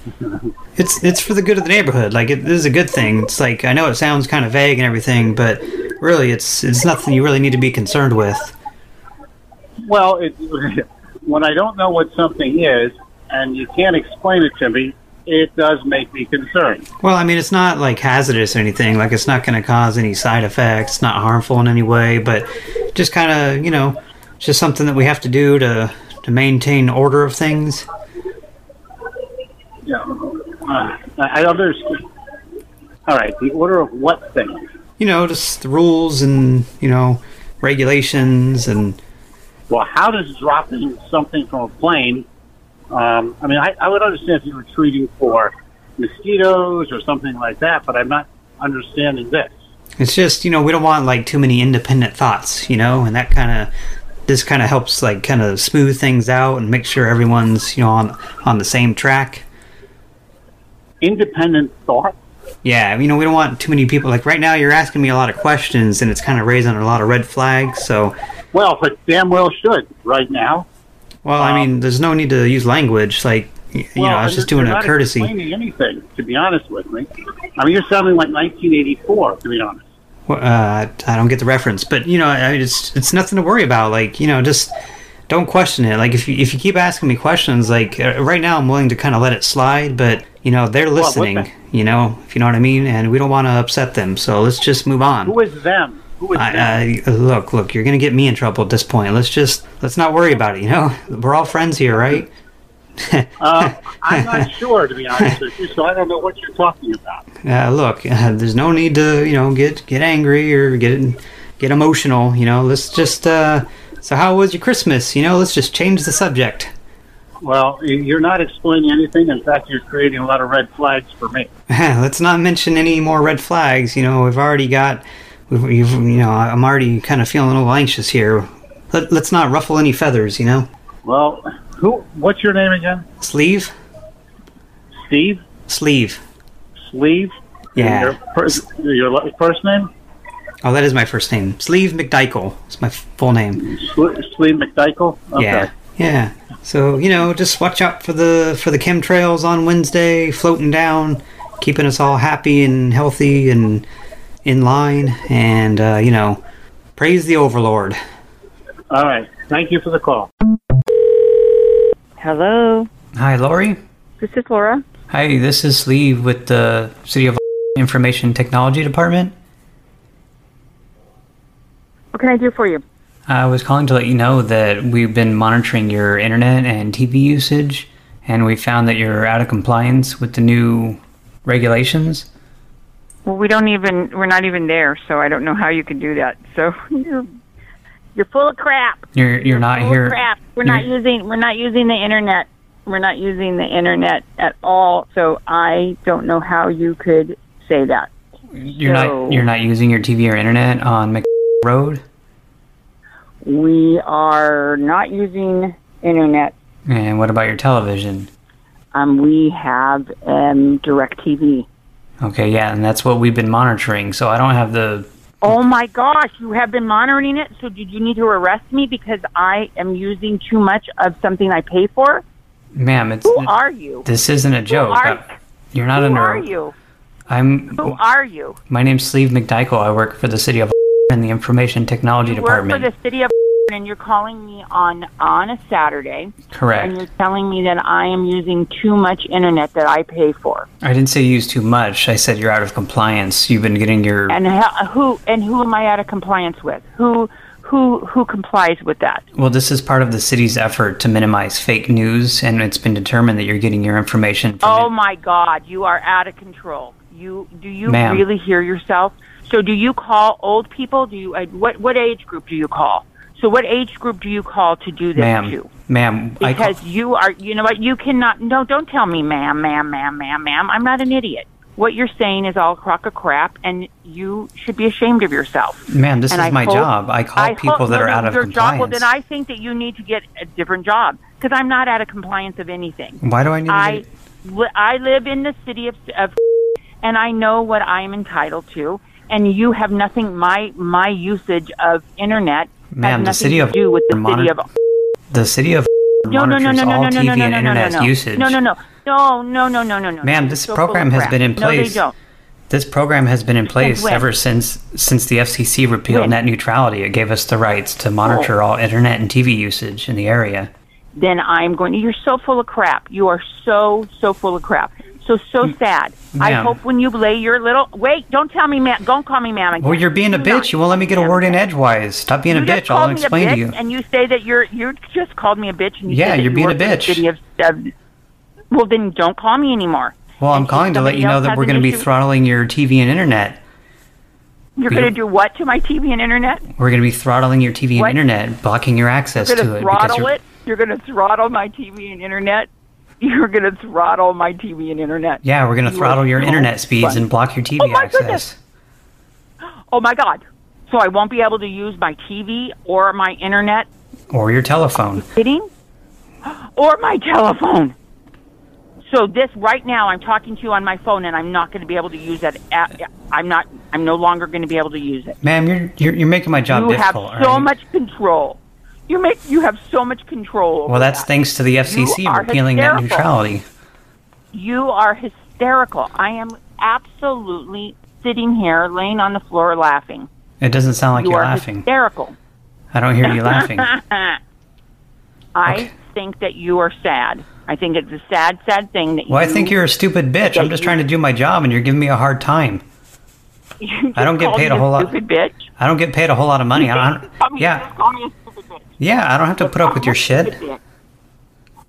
It's it's for the good of the neighborhood. Like it, this is a good thing. It's like I know it sounds kind of vague and everything, but really, it's it's nothing you really need to be concerned with. Well, it, when I don't know what something is and you can't explain it to me, it does make me concerned. Well, I mean, it's not like hazardous or anything. Like, it's not going to cause any side effects. It's not harmful in any way, but just kind of, you know, it's just something that we have to do to to maintain order of things. Yeah. Uh, I I don't understand. All right. The order of what things? You know, just the rules and you know regulations and Well, how does dropping something from a plane? Um, I mean, I, I would understand if you were treating for mosquitoes or something like that, but I'm not understanding this. it's just you know we don't want like too many independent thoughts, you know, and that kind of this kind of helps like kind of smooth things out and make sure everyone's you know on on the same track. Independent thought. Yeah, you know, we don't want too many people. Like right now, you're asking me a lot of questions, and it's kind of raising a lot of red flags. So, Well, but damn well should right now. well, I mean, there's no need to use language. Like, y- you know, I was and just you're doing a not courtesy. Explaining anything, to be honest with me. I mean, you're sounding like 1984, to be honest. Well, Uh, I don't get the reference, but you know, I mean, it's it's nothing to worry about. Like, you know, just don't question it. Like, if you if you keep asking me questions, like uh, right now, I'm willing to kind of let it slide. But you know, they're Well, what listening. the- you know, if you know what I mean, and we don't want to upset them. So let's just move on. Who is them? Who is them? I, I, look, look, you're gonna get me in trouble at this point. Let's just let's not worry about it. You know, we're all friends here, right? Uh, I'm not sure, to be honest with you, so I don't know what you're talking about. Uh, look, uh, there's no need to you know get get angry or get get emotional. You know, let's just. Uh, so, how was your Christmas? You know, let's just change the subject. Well, you're not explaining anything. In fact, you're creating a lot of red flags for me. Let's not mention any more red flags. You know, we've already got, we've, you've, you know, I'm already kind of feeling a little anxious here. Let, let's not ruffle any feathers, you know? Well, who? What's your name again? Sleeve? Steve? Sleeve. Sleeve? Yeah. Your, fir- your la- first name? Oh, that is my first name. Sleeve McDykel. It's my f- full name. Sle- Sleeve McDykel? Okay. Yeah. Yeah. So, you know, just watch out for the for the chemtrails on Wednesday, floating down, keeping us all happy and healthy and in line and uh, you know, praise the overlord. All right. Thank you for the call. Hello. Hi, Lori. This is Laura. Hi, this is Sleeve with the City of Information Technology Department. What can I do for you? I was calling to let you know that we've been monitoring your internet and TV usage, and we found that you're out of compliance with the new regulations. Well, we don't even we're not even there, so I don't know how you could do that. So you're you're full of crap. You're you're not Full here. of crap. We're not you're- using we're not using the internet. We're not using the internet at all. So I don't know how you could say that. You're So- not you're not using your TV or internet on Mc Road. We are not using internet. And what about your television? Um, we have um, DirecTV. Okay, yeah, and that's what we've been monitoring. So I don't have the Oh my gosh, you have been monitoring it. So did you need to arrest me because I am using too much of something I pay for? ma'am. It's Who are you? this isn't a joke. are- I- you're not Who under. are you? I'm. Who are you? My name's Sleeve McDykel. I work for the city of in the Information Technology You work for Department. the city of and you're calling me on on a Saturday. Correct. And you're telling me that I am using too much internet that I pay for. I didn't say you use too much. I said you're out of compliance. You've been getting your. And how, who and who am I out of compliance with? Who who who complies with that? Well, this is part of the city's effort to minimize fake news, and it's been determined that you're getting your information. From Oh my God, you are out of control. You do you Ma'am. really hear yourself? So do you call old people? Do you uh, what what age group do you call? So what age group do you call to do this ma'am, to? ma'am, I call, Because you are you know what you cannot no don't tell me ma'am ma'am ma'am ma'am ma'am I'm not an idiot. What you're saying is all crock of crap, and you should be ashamed of yourself. ma'am, this And is I my hope- job. I call hope- people that no, are no, out of your compliance. Job, well, then I think that you need to get a different job because I'm not out of compliance of anything. Why do I need to I, li- I live in the city of, of and I know what I'm entitled to, and you have nothing. My my usage of internet Ma'am, has the nothing city to of do with the monitor- city of the city of no no no monitors no no all no no no TV no and no no no internet no usage. no no no no no no no no no. Ma'am, You're this so full of program has crap. been in No, place they don't. This program has been in place when? ever since since the FCC repealed When? Oh. net neutrality. It gave us the rights to monitor all internet and TV usage in the area. then I'm going to. You're so full of crap. You are so, so full of crap. So, so sad. I ma'am. hope when you lay your little. Wait, don't tell me, ma'am. Don't call me ma'am. Again. Well, you're being a Do bitch. not. You won't let me get a word in edgewise. Stop being You a just bitch. I'll called me a explain to bitch, you. And you say that you're. You just called me a bitch. And you Yeah, said that you're you being a work for the bitch. city of- of- well, then don't call me anymore. Well, I'm calling to let somebody you know else that has we're an going to be issue- throttling your TV and internet. You're You- going to do what to my TV and internet? We're going to be throttling your TV What? and internet, blocking your access you're to gonna it. because throttle you're- it. You're going to throttle my TV and internet. You're going to throttle my TV and internet. Yeah, we're going to You are throttle your so internet speeds funny. and block your TV Oh my access. goodness. Oh my God. So I won't be able to use my TV or my internet. Or your telephone. Kidding? Or my telephone. So this right now, I'm talking to you on my phone, and I'm not going to be able to use it. At, I'm not. I'm no longer going to be able to use it. Ma'am, you're, you're, you're making my job you have difficult. all so right? much control. You make. You have so much control. Over well, that's thanks to the FCC are repealing net hysterical. neutrality. You are hysterical. I am absolutely sitting here, laying on the floor, laughing. It doesn't sound like you you're are laughing. hysterical. I don't hear you laughing. I think that you are sad. I think it's a sad, sad thing that Well, I you. think you're a stupid bitch. I'm just trying to do my job, and you're giving me a hard time. you I don't get called paid me a whole lot. Stupid bitch. I don't get paid a whole lot of money. I don't, Call me- Yeah. just call me a stupid bitch. yeah, I don't have to put up with your shit.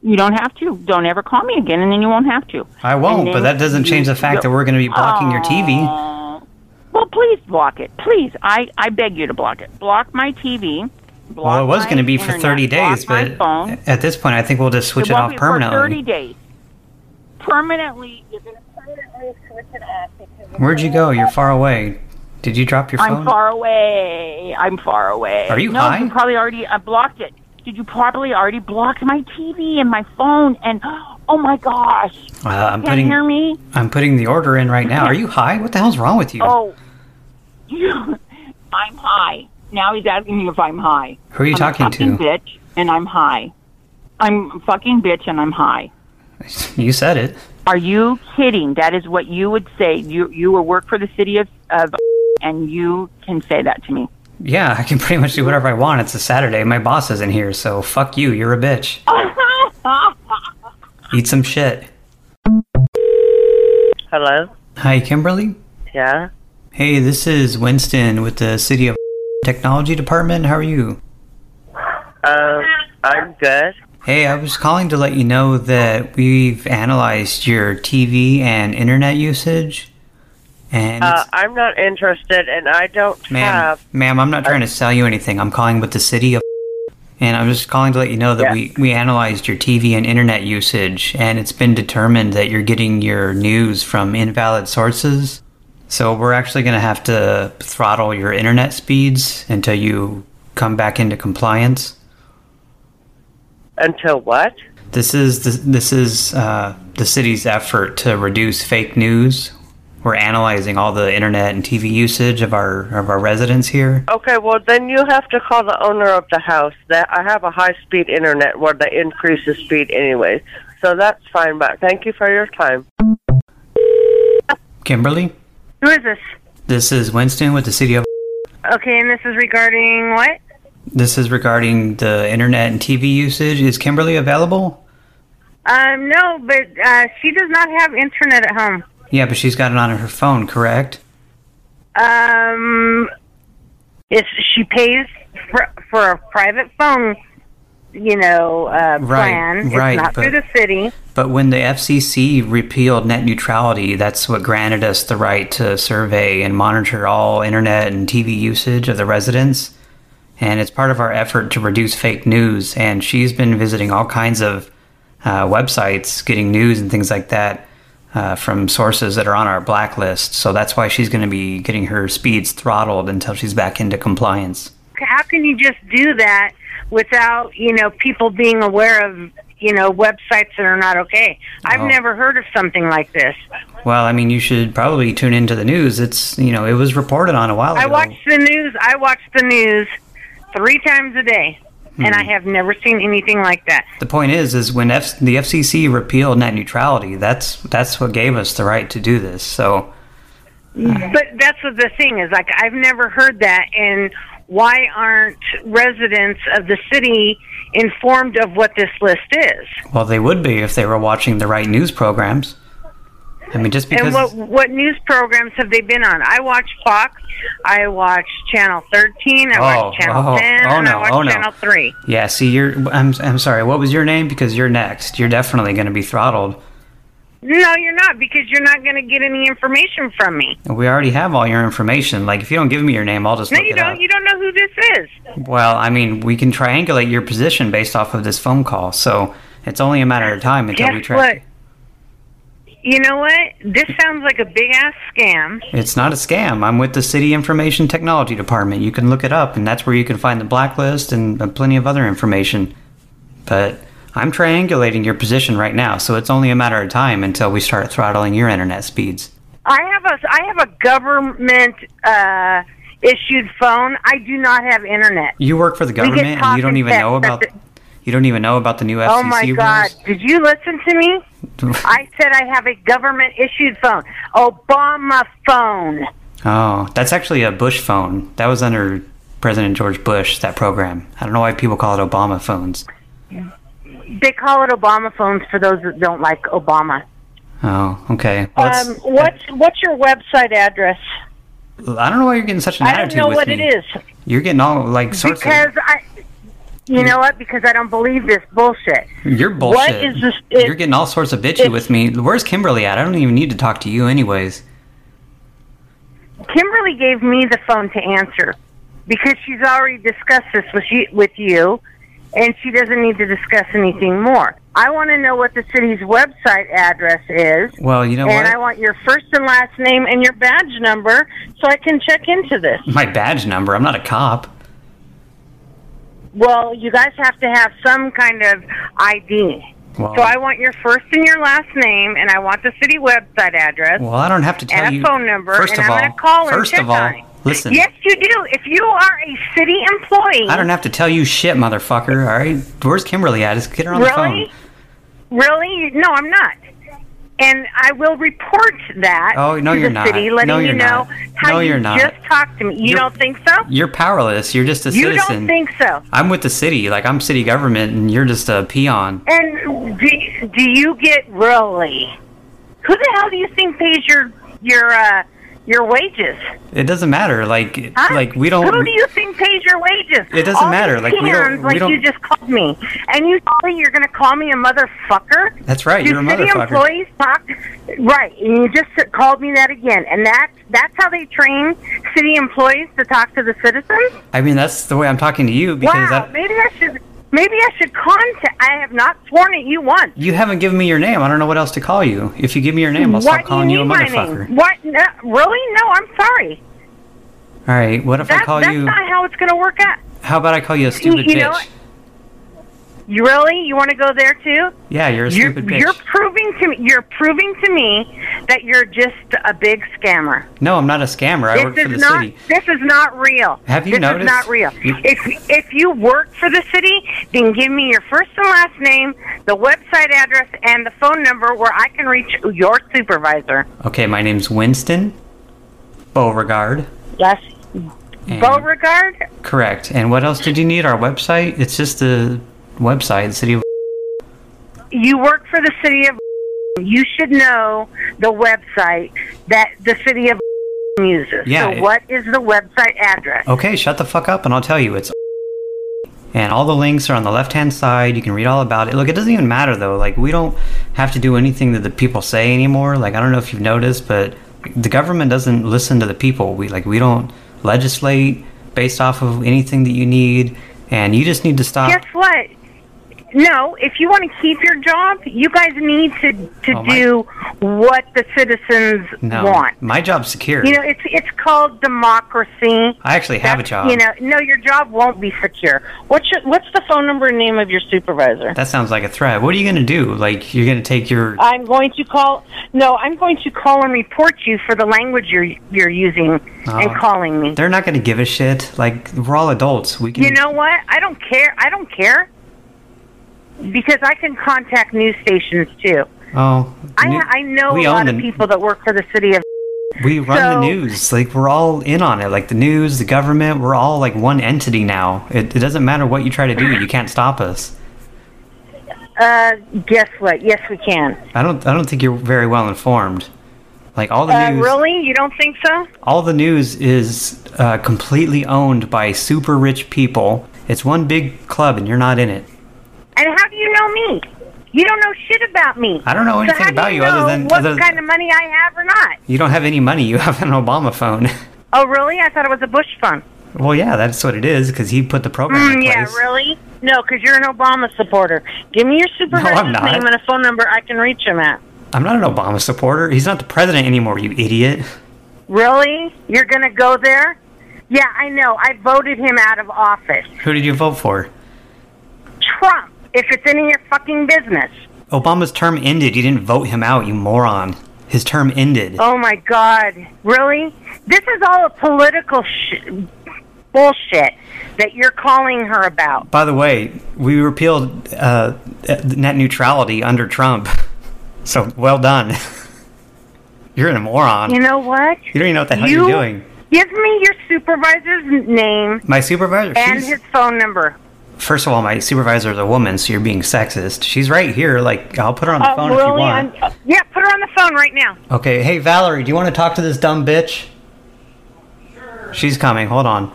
You don't have to. Don't ever call me again, and then you won't have to. I And won't, then but that doesn't you- change the fact that we're going to be blocking your TV. Well, please block it. Please, I I beg you to block it. Block my TV. block. Well, it was my going to be for internet, 30 block days, my but phone. at this point, I think we'll just switch it it, won't off be permanently. For Thirty days. Permanently, you're going to permanently switch it off. Where'd you go? You're far away. Did you drop your I'm phone? far away. I'm far away. Are you no, high? You probably already I blocked it. Did you probably already block my TV and my phone? And oh my gosh, Uh, I'm can't putting. hear me. I'm putting the order in right now. Are you high? What the hell's wrong with you? Oh, you. I'm high. Now he's asking me if I'm high. Who are you I'm talking a fucking to? Bitch, and I'm high. I'm a fucking bitch, and I'm high. You said it. Are you kidding? That is what you would say. You you will work for the city of, of and you can say that to me. Yeah, I can pretty much do whatever I want. It's a Saturday. My boss isn't here, so fuck you. You're a bitch. Eat some shit. Hello? Hi, Kimberly. Yeah? Hey, this is Winston with the City of Technology Department. How are you? Um, I'm good. Hey, I was calling to let you know that we've analyzed your TV and internet usage. And Uh, it's- I'm not interested, and I don't ma'am, have. ma'am, I'm not trying to sell you anything. I'm calling with the City of and I'm just calling to let you know that Yeah. we, we analyzed your TV and internet usage, and it's been determined that you're getting your news from invalid sources. So we're actually going to have to throttle your internet speeds until you come back into compliance. Until what? This is the, this is uh, the city's effort to reduce fake news. We're analyzing all the internet and TV usage of our of our residents here. Okay, well, then you have to call the owner of the house. That I have a high speed internet where they increase the speed, anyways. So that's fine, but thank you for your time. Kimberly, Who is this? this is Winston with the city of. Okay, and this is regarding what? This is regarding the internet and TV usage. Is Kimberly available? Um, no, but uh, she does not have internet at home. Yeah, but she's got it on her phone, correct? Um, if she pays for, for a private phone, you know, uh, Right, plan, right, it's not through but- the city. But when the FCC repealed net neutrality, that's what granted us the right to survey and monitor all internet and TV usage of the residents. And it's part of our effort to reduce fake news. And she's been visiting all kinds of uh, websites, getting news and things like that uh, from sources that are on our blacklist. So that's why she's going to be getting her speeds throttled until she's back into compliance. How can you just do that without, you know, people being aware of, you know, websites that are not okay? I've Oh. never heard of something like this. Well, I mean, you should probably tune into the news. It's, you know, it was reported on a while I ago. watch the news. I watch the news three times a day, and Hmm. I have never seen anything like that. The point is, is when F- the FCC repealed net neutrality, that's that's what gave us the right to do this. So But that's what the thing is. Like I've never heard that, and why aren't residents of the city informed of what this list is? Well, they would be if they were watching the right news programs. I mean, just and because. what what news programs have they been on? I watch Fox. I watch Channel 13. I Oh, watch Channel oh, 10. oh and I no, watch oh no. Channel 3. yeah, see, you're. I'm, I'm sorry. What was your name? Because you're next. You're definitely going to be throttled. No, you're not, because you're not going to get any information from me. We already have all your information. Like, if you don't give me your name, I'll just No, look you it don't. You don't know who this is. up. Well, I mean, we can triangulate your position based off of this phone call. So it's only a matter of time until we Guess track. what? You know what? This sounds like a big ass scam. It's not a scam. I'm with the City Information Technology Department. You can look it up, and that's where you can find the blacklist and uh, plenty of other information. But I'm triangulating your position right now, so it's only a matter of time until we start throttling your internet speeds. I have a I have a government uh, issued phone. I do not have internet. You work for the We get government, and talk you don't and even text know that's about it. you don't even know about the new FCC oh my God! rules. Did you listen to me? I said I have a government issued phone. Obama phone. Oh, that's actually a Bush phone. That was under President George Bush. That program. I don't know why people call it Obama phones. They call it Obama phones for those that don't like Obama. Oh, okay. Well, that's- um, what's what's your website address? I don't know why you're getting such an I don't attitude know with what me. it is. You're getting all like sorts because I, you know what? Because I don't believe this bullshit. of. You're bullshit. What is this? It, you're getting all sorts of bitchy it- with me. Where's Kimberly at? I don't even need to talk to you, anyways. Kimberly gave me the phone to answer. because she's already discussed this with you, with you, and she doesn't need to discuss anything more. I want to know what the city's website address is. Well, you know and I what? want your first and last name and your badge number so I can check into this. My badge number. I'm not a cop. Well, you guys have to have some kind of ID. Well, So I want your first and your last name, and I want the city website address. well, I don't have to tell and a you. phone number, First and of I'm all, going to call and first check of all, on it. listen. Yes, you do. If you are a city employee, I don't have to tell you shit, motherfucker. All right, where's Kimberly at? Just get her on the phone. Really? Really? No, I'm not. And I will report that Oh, no, to you're the not. city, letting No, you you're know not. how No, you you're not. just talked to me. You You're- don't think so? You're powerless. You're just a you citizen. don't think so. I'm with the city. Like I'm city government, and you're just a peon. And do, do you get really? Who the hell do you think pays your your uh, your wages? It doesn't matter. Like Huh? like we don't. Who do you think pays your wages? It doesn't All matter, these like, we don't- peons, we like don't- you just called me, and you tell me you're going to call me a motherfucker. That's right, Do you're a city motherfucker. employees talk right, and you just called me that again, and that that's how they train city employees to talk to the citizens. I mean, that's the way I'm talking to you because wow, I, maybe I should maybe I should contact. I have not sworn at you once. you haven't given me your name. I don't know what else to call you. If you give me your name, I'll Why stop do calling you you a need my motherfucker. name? What? No, really? No, I'm sorry. All right. What if I That, call that's you? not how it's going to work out. How about I call you a stupid you bitch? know You really? You want to go there too? yeah, you're a stupid bitch. You're proving to me. You're proving to me that you're just a big scammer. No, I'm not a scammer. I work this for is the not. city. This is not real. Have you this noticed- is not real. You- if if you work for the city, then give me your first and last name, the website address, and the phone number where I can reach your supervisor. Okay, my name's Winston Beauregard. Yes. And- Beauregard. Correct. And what else did you need? Our website? It's just the website, the city of. you work for the city of you should know the website that the city of uses Yeah, so it- what is the website address Okay, shut the fuck up and I'll tell you. It's. And all the links are on the left hand side. You can read all about it. Look, it doesn't even matter though. Like, we don't have to do anything that the people say anymore. Like, I don't know if you've noticed, but the government doesn't listen to the people. We, like, we don't legislate based off of anything that you need. And you just need to stop. guess what no if you want to keep your job you guys need to to Oh, my- do what the citizens no. want My job's secure. you know it's it's called democracy I actually have a job. you know no your job won't be secure what's your what's the phone number and name of your supervisor That sounds like a threat. What are you going to do? Like, you're going to take your. I'm going to call. No, I'm going to call and report you for the language you're you're using Oh. and calling me. They're not going to give a shit. Like, we're all adults. We can. You know what? I don't care. I don't care because I can contact news stations too. oh. I new- I know we a own lot of the- people that work for the city of. We run So- the news. Like, we're all in on it. Like, the news, the government, we're all like one entity now. It, it doesn't matter what you try to do, you can't stop us. Uh, guess what? Yes, we can. I don't, I don't think you're very well informed. Like, all the Uh, news. really? You don't think so? All the news is uh, completely owned by super rich people. It's one big club, and you're not in it. And how do you know me? You don't know shit about me. I don't know So anything how do about you you other know than- what other- kind of money I have or not. You don't have any money. You have an Obama phone. Oh, really? I thought it was a Bush fund. Well, yeah, that's what it is because he put the program in Mm, place. yeah, really? No, because you're an Obama supporter. Give me your supervisor's not. name and a phone number. I can reach him at. I'm not an Obama supporter. He's not the president anymore, you idiot. Really? You're gonna go there? Yeah, I know. I voted him out of office. Who did you vote for? Trump. If it's any of your fucking business. Obama's term ended. You didn't vote him out, you moron. His term ended. Oh my God! Really? This is all a political sh- bullshit that you're calling her about. By the way, we repealed uh, net neutrality under Trump. So well done. you're a moron. You know what? Um, You don't even know what the hell You- you're doing. Give me your supervisor's n- name My supervisor, and she's- his phone number. first of all, my supervisor is a woman, so you're being sexist. She's right here. Like, I'll put her on the Oh, phone really? if you want. I'm- uh, yeah, put her on the phone right now. Okay, hey Valerie, do you want to talk to this dumb bitch? She's coming. Hold on.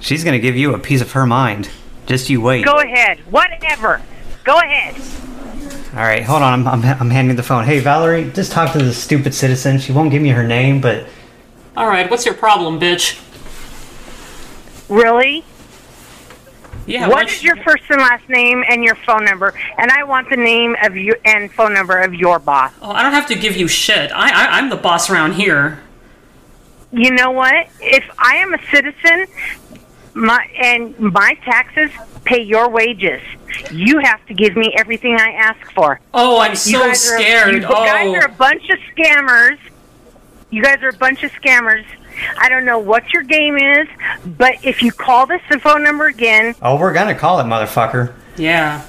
She's gonna give you a piece of her mind. Just you wait. Go ahead. Whatever. Go ahead. All right, hold on. I'm, I'm, I'm handing the phone. Hey Valerie, just talk to this stupid citizen. She won't give me her name, but All right, what's your problem, bitch? Really? Yeah, What once- is your first and last name and your phone number? And I want the name of you and phone number of your boss. Oh, I don't have to give you shit. I, I I'm the boss around here. You know what? If I am a citizen, my and my taxes pay your wages. You have to give me everything I ask for. Oh, I'm You so guys are- scared. you guys Oh. are a bunch of scammers. You guys are a bunch of scammers. I don't know what your game is, but if you call this phone number again, Oh, we're gonna call it, motherfucker. Yeah.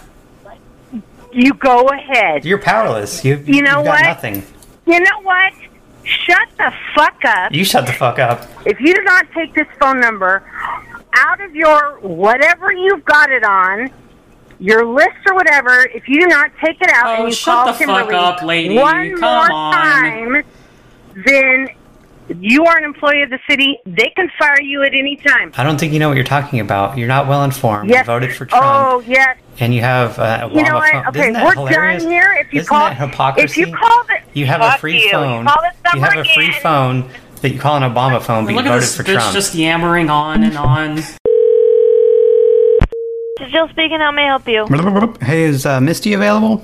you go ahead. You're powerless. You You know have got what? nothing. You know what? Shut the fuck up. You shut the fuck up. If you do not take this phone number out of your whatever you've got it on, your list or whatever, if you do not take it out Oh, and you shut call the fuck Kimberly up, lady. one Come more on. time, then you are an employee of the city. They can fire you at any time. I don't think you know what you're talking about. You're not well informed. Yes. You voted for Trump, Oh yes. and you have uh, a You know what? Isn't Okay, that we're hilarious? done here. If you Isn't call, that hypocrisy? if you call the, You have a Fuck free you. phone. Call this You number have a free phone that you call an Obama phone, but Look you at voted this for bitch Trump. just yammering on and on. Jill speaking. How may I help you? Hey, is uh, Misty available?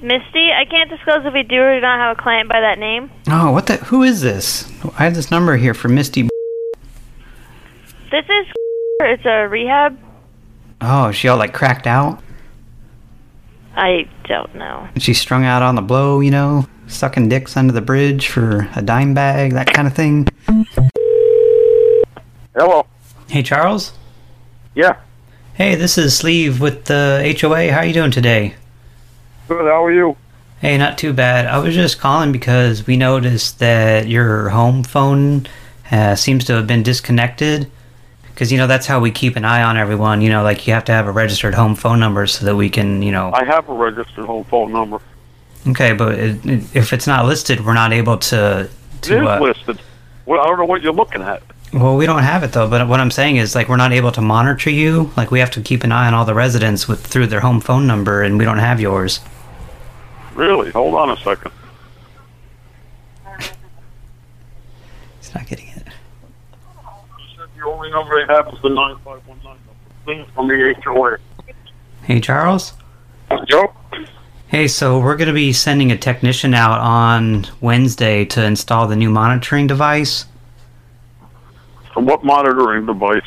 Misty, I can't disclose if we do or do not have a client by that name. Oh, what the? Who is this? I have this number here for Misty. This is. It's a rehab. Oh, is she all like cracked out? I don't know. And she's strung out on the blow, you know, sucking dicks under the bridge for a dime bag, that kind of thing. Hello. Hey, Charles. Yeah. Hey, this is Sleeve with the HOA. How are you doing today? Good. How are you? Hey, not too bad. I was just calling because we noticed that your home phone uh, seems to have been disconnected. Because, you know, that's how we keep an eye on everyone. You know, like you have to have a registered home phone number so that we can, you know. I have a registered home phone number. Okay, but it, it, if it's not listed, we're not able to. It to is uh, listed. Well, I don't know what you're looking at. Well, we don't have it though. But what I'm saying is, like, we're not able to monitor you. Like, we have to keep an eye on all the residents with through their home phone number, and we don't have yours. Really? Hold on a second. He's not getting it. The only number I have is the 9519 number. Please, from the HOA. Hey, Charles. Joe? Hey, so we're going to be sending a technician out on Wednesday to install the new monitoring device. From what monitoring device?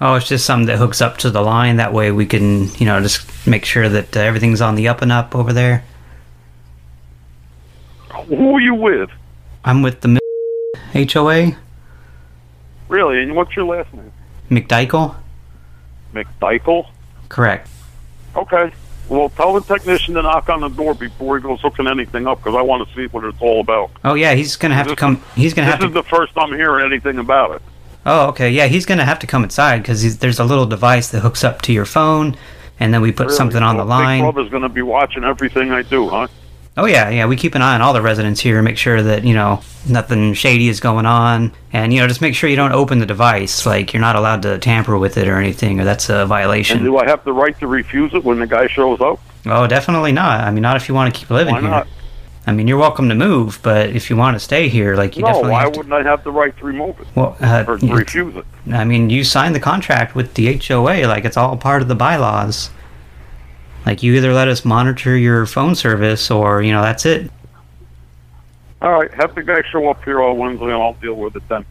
Oh, it's just something that hooks up to the line. That way, we can, you know, just make sure that uh, everything's on the up and up over there. Who are you with? I'm with the M- HOA Really? And what's your last name? McDykel. McDykel? Correct. Okay. Well, tell the technician to knock on the door before he goes hooking anything up because I want to see what it's all about. Oh yeah, he's going to have to come. He's going to this have to is the first I'm hearing anything about it. Oh, okay. Yeah, he's going to have to come inside because there's a little device that hooks up to your phone, and then we put Really? something on the Well, Big line. Brother's going to be watching everything I do, huh? Oh, yeah, yeah. We keep an eye on all the residents here, make sure that, you know, nothing shady is going on. And, you know, just make sure you don't open the device. Like, you're not allowed to tamper with it or anything, or that's a And violation. do I have the right to refuse it when the guy shows up? Oh, definitely not. I mean, not if you want to keep living Why here. not? I mean, you're welcome to move, but if you want to stay here, like, you no, definitely why have to. wouldn't I have the right to remove it Well, uh, or you- refuse it? I mean, you signed the contract with the HOA, like it's all part of the bylaws. Like you either let us monitor your phone service or, you know, that's it. All right, have the guy show up here on Wednesday and I'll deal with it then.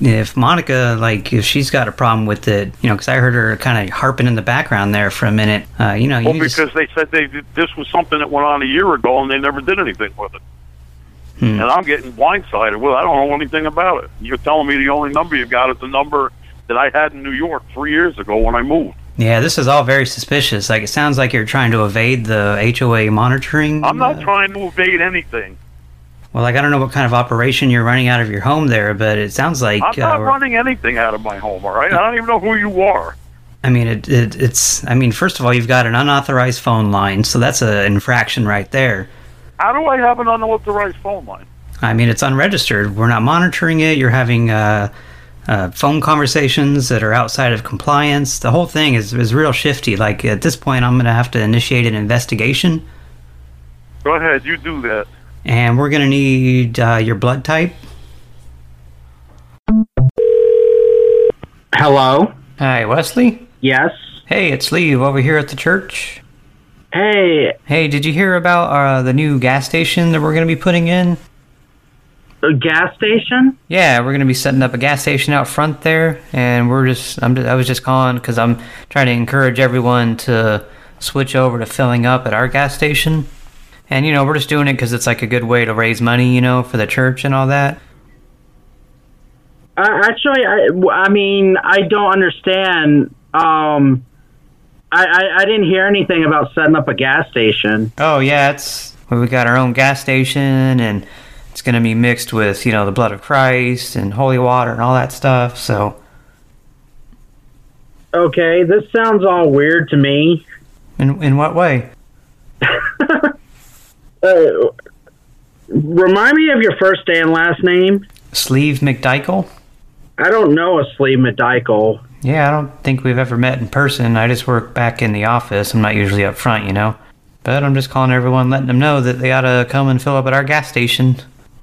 If Monica, like, if she's got a problem with it, you know, because I heard her kind of harping in the background there for a minute, uh, you know, you well, just, because they said they did- this was something that went on a year ago and they never did anything with it. Hmm. And I'm getting blindsided. Well, I don't know anything about it. You're telling me the only number you got is the number that I had in New York three years ago when I moved. yeah, this is all very suspicious. Like, it sounds like you're trying to evade the HOA monitoring. I'm not uh, trying to evade anything. well, like, I don't know what kind of operation you're running out of your home there, but it sounds like. I'm uh, not running anything out of my home, all right? I don't even know who you are. I mean, it, it, it's. I mean, first of all, you've got an unauthorized phone line, so that's an infraction right there. How do I have an unauthorized phone line? I mean, it's unregistered. We're not monitoring it. You're having uh, uh, phone conversations that are outside of compliance. The whole thing is is real shifty. Like at this point, I'm going to have to initiate an investigation, Go ahead, you do that. and we're going to need uh, your blood type. Hello. Hi, Wesley. Yes. Hey, it's Leave over here at the church. Hey. Hey, did you hear about uh, the new gas station that we're going to be putting in? A gas station? Yeah, we're going to be setting up a gas station out front there, and we're just I'm I was just calling because I'm trying to encourage everyone to switch over to filling up at our gas station. And you know, we're just doing it because it's like a good way to raise money, you know, for the church and all that. Uh, actually, I, I mean, I don't understand. Um, I, I, I didn't hear anything about setting up a gas station. Oh yeah, it's we got our own gas station, and it's going to be mixed with you know the blood of Christ and holy water and all that stuff. So Okay, this sounds all weird to me. in in what way? Uh, remind me of your first and last name. Sleeve McDykel. I don't know a Sleeve McDykel. Yeah, I don't think we've ever met in person. I just work back in the office. I'm not usually up front, you know. But I'm just calling everyone, letting them know that they gotta come and fill up at our gas station.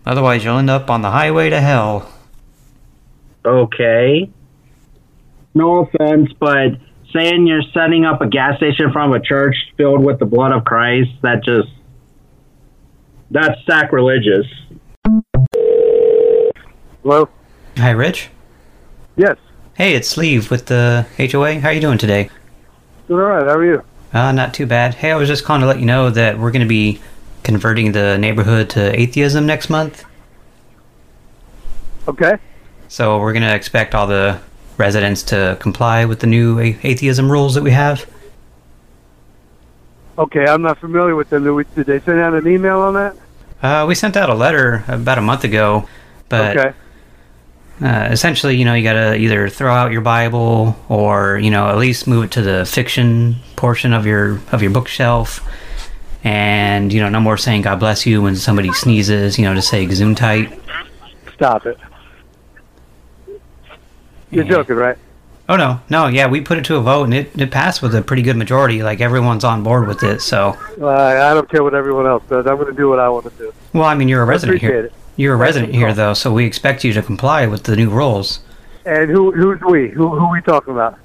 Otherwise, you'll end up on the highway to hell. Okay. No offense, but saying you're setting up a gas station from a church filled with the blood of Christ, that just that's sacrilegious. Hello. Hi, Rich. Yes. Hey, it's Sleeve with the HOA. How are you doing today? Doing all right. How are you? Uh, not too bad. Hey, I was just calling to let you know that we're gonna be converting the neighborhood to atheism next month. Okay. So we're gonna expect all the residents to comply with the new a- atheism rules that we have. Okay. I'm not familiar with them. Did, we, did they send out an email on that? Uh, we sent out a letter about a month ago, but Okay. uh, essentially, you know, you gotta either throw out your Bible or you know at least move it to the fiction portion of your of your bookshelf, and you know no more saying God bless you when somebody sneezes. You know, to say Gesundheit. Stop it. You're joking, right? Oh no, no, yeah, we put it to a vote and it, it passed with a pretty good majority. Like everyone's on board with it. So, Uh, I don't care what everyone else does. I'm going to do what I want to do. well, I mean, you're a resident Appreciate here. it. You're a That's resident here though, so we expect you to comply with the new rules. And who who's we? Who who are we talking about?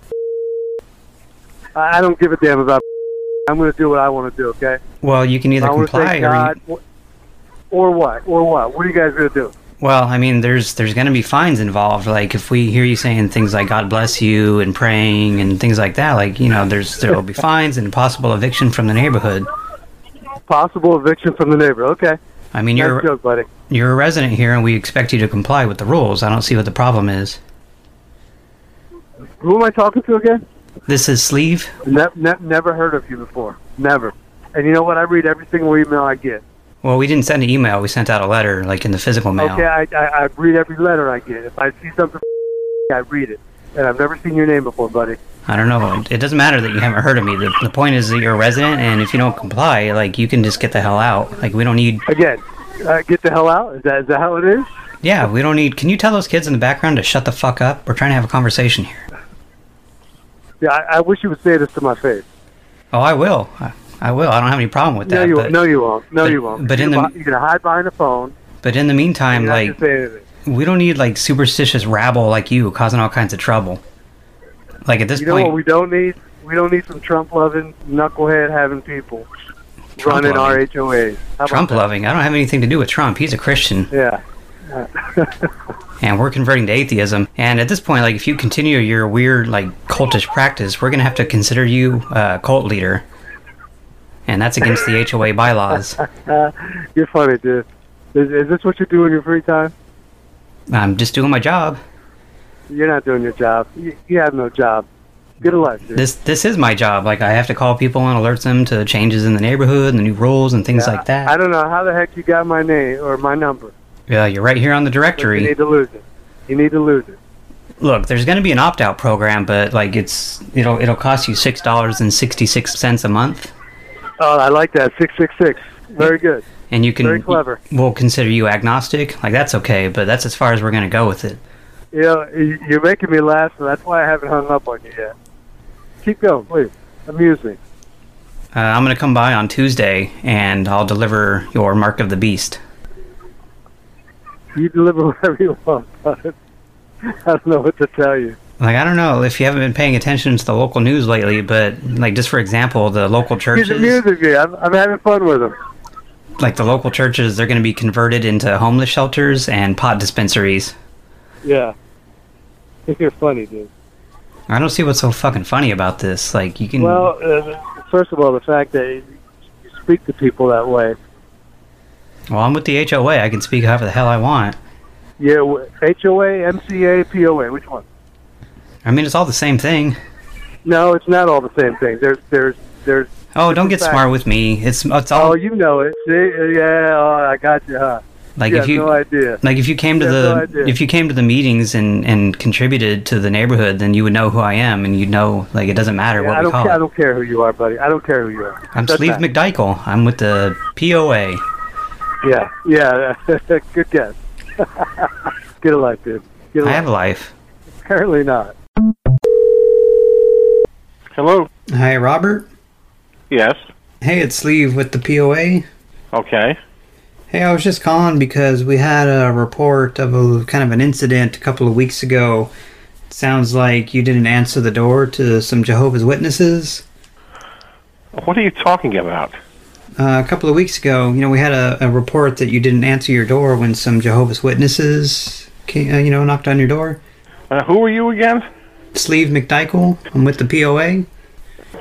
I, I don't give a damn about. I'm going to do what I want to do. Okay. Well, you can either I wanna comply thank or you, God, wh- or what? Or what? What are you guys going to do? Well, I mean, there's there's going to be fines involved. Like if we hear you saying things like "God bless you" and praying and things like that, like you know, there's there will be fines and possible eviction from the neighborhood. Possible eviction from the neighbor. Okay. I mean, Nice you're joke, buddy. you're a resident here, and we expect you to comply with the rules. I don't see what the problem is. Who am I talking to again? This is sleeve. Ne- ne- never heard of you before. Never. And you know what? I read every single email I get. Well, we didn't send an email. We sent out a letter, like in the physical mail. Okay, I, I, I read every letter I get. If I see something, I read it. And I've never seen your name before, buddy. I don't know. It doesn't matter that you haven't heard of me. The, the point is that you're a resident, and if you don't comply, like you can just get the hell out. Like we don't need. Again, uh, get the hell out. Is that, is that how it is? Yeah, we don't need. Can you tell those kids in the background to shut the fuck up? We're trying to have a conversation here. Yeah, I, I wish you would say this to my face. Oh, I will. I, I will. I don't have any problem with that. no, you but, won't. No, you won't. No, but- you won't. but you're in gonna the- bu- you're gonna hide behind the phone. But in the meantime, You're not like gonna say anything. we don't need like superstitious rabble like you causing all kinds of trouble. Like at this you know point, what we don't need? We don't need some Trump loving, knucklehead having people Trump running loving. our HOAs. How about Trump that? loving. I don't have anything to do with Trump. He's a Christian, Yeah. and we're converting to atheism. And at this point, like if you continue your weird like cultish practice, we're gonna have to consider you uh, cult leader, and that's against the HOA bylaws. You're funny, dude. Is, is this what you do in your free time? I'm just doing my job. You're not doing your job. You, you have no job. Good luck, dude. This this is my job. Like I have to call people and alert them to changes in the neighborhood and the new rules and things Yeah, like that. I don't know how the heck you got my name or my number. Yeah, Uh, you're right here on the but You directory. need to lose it. You need to lose it. Look, there's going to be an opt-out program, but like it's it'll it'll cost you six dollars and sixty-six cents a month, Oh, I like that. Six six six. Very good. and you can Very clever. We'll consider you agnostic. Like that's okay, but that's as far as we're going to go with it. You know, you- you're making me laugh, so that's why I haven't hung up on you yet. Keep going, please. Amuse me. Uh, I'm going to come by on Tuesday, and I'll deliver your mark of the beast. You deliver whatever you want, bud. I don't know what to tell you. Like I don't know if you haven't been paying attention to the local news lately, but like just for example, the local He's churches, amusing me. I'm, I'm having fun with him. like the local churches, they're going to be converted into homeless shelters and pot dispensaries. Yeah. You're funny, dude. I don't see what's so fucking funny about this. Like you can, Well, uh, first of all, the fact that you speak to people that way. well, I'm with the HOA. I can speak however the hell I want. Yeah, wh- HOA, MCA, POA, which one? I mean, it's all the same thing. No, it's not all the same thing. There's, there's, there's. Oh, don't get smart with me. It's it's all. Oh, you know it. See? Yeah, oh, I got you, huh? Like you if have you no idea. like if you came to You have no the idea. if you came to the meetings and and contributed to the neighborhood, then you would know who I am, and you'd know like it doesn't matter Yeah, what I we don't. call Care, I it. don't care who you are, buddy. I don't care who you are. I'm Doesn't Sleeve matter. McDykel. I'm with the POA. Yeah, yeah. Good guess. Get a life, dude. Get I a life. have a life. Apparently not. Hello. Hi, Robert. Yes. Hey, it's Sleeve with the POA. Okay. Hey, I was just calling because we had a report of a kind of an incident a couple of weeks ago. sounds like you didn't answer the door to some Jehovah's Witnesses. What are you talking about? Uh, a couple of weeks ago, you know, we had a, a report that you didn't answer your door when some Jehovah's Witnesses, came, uh, you know, knocked on your door. Uh, who are you again? Sleeve McDykel. I'm with the POA.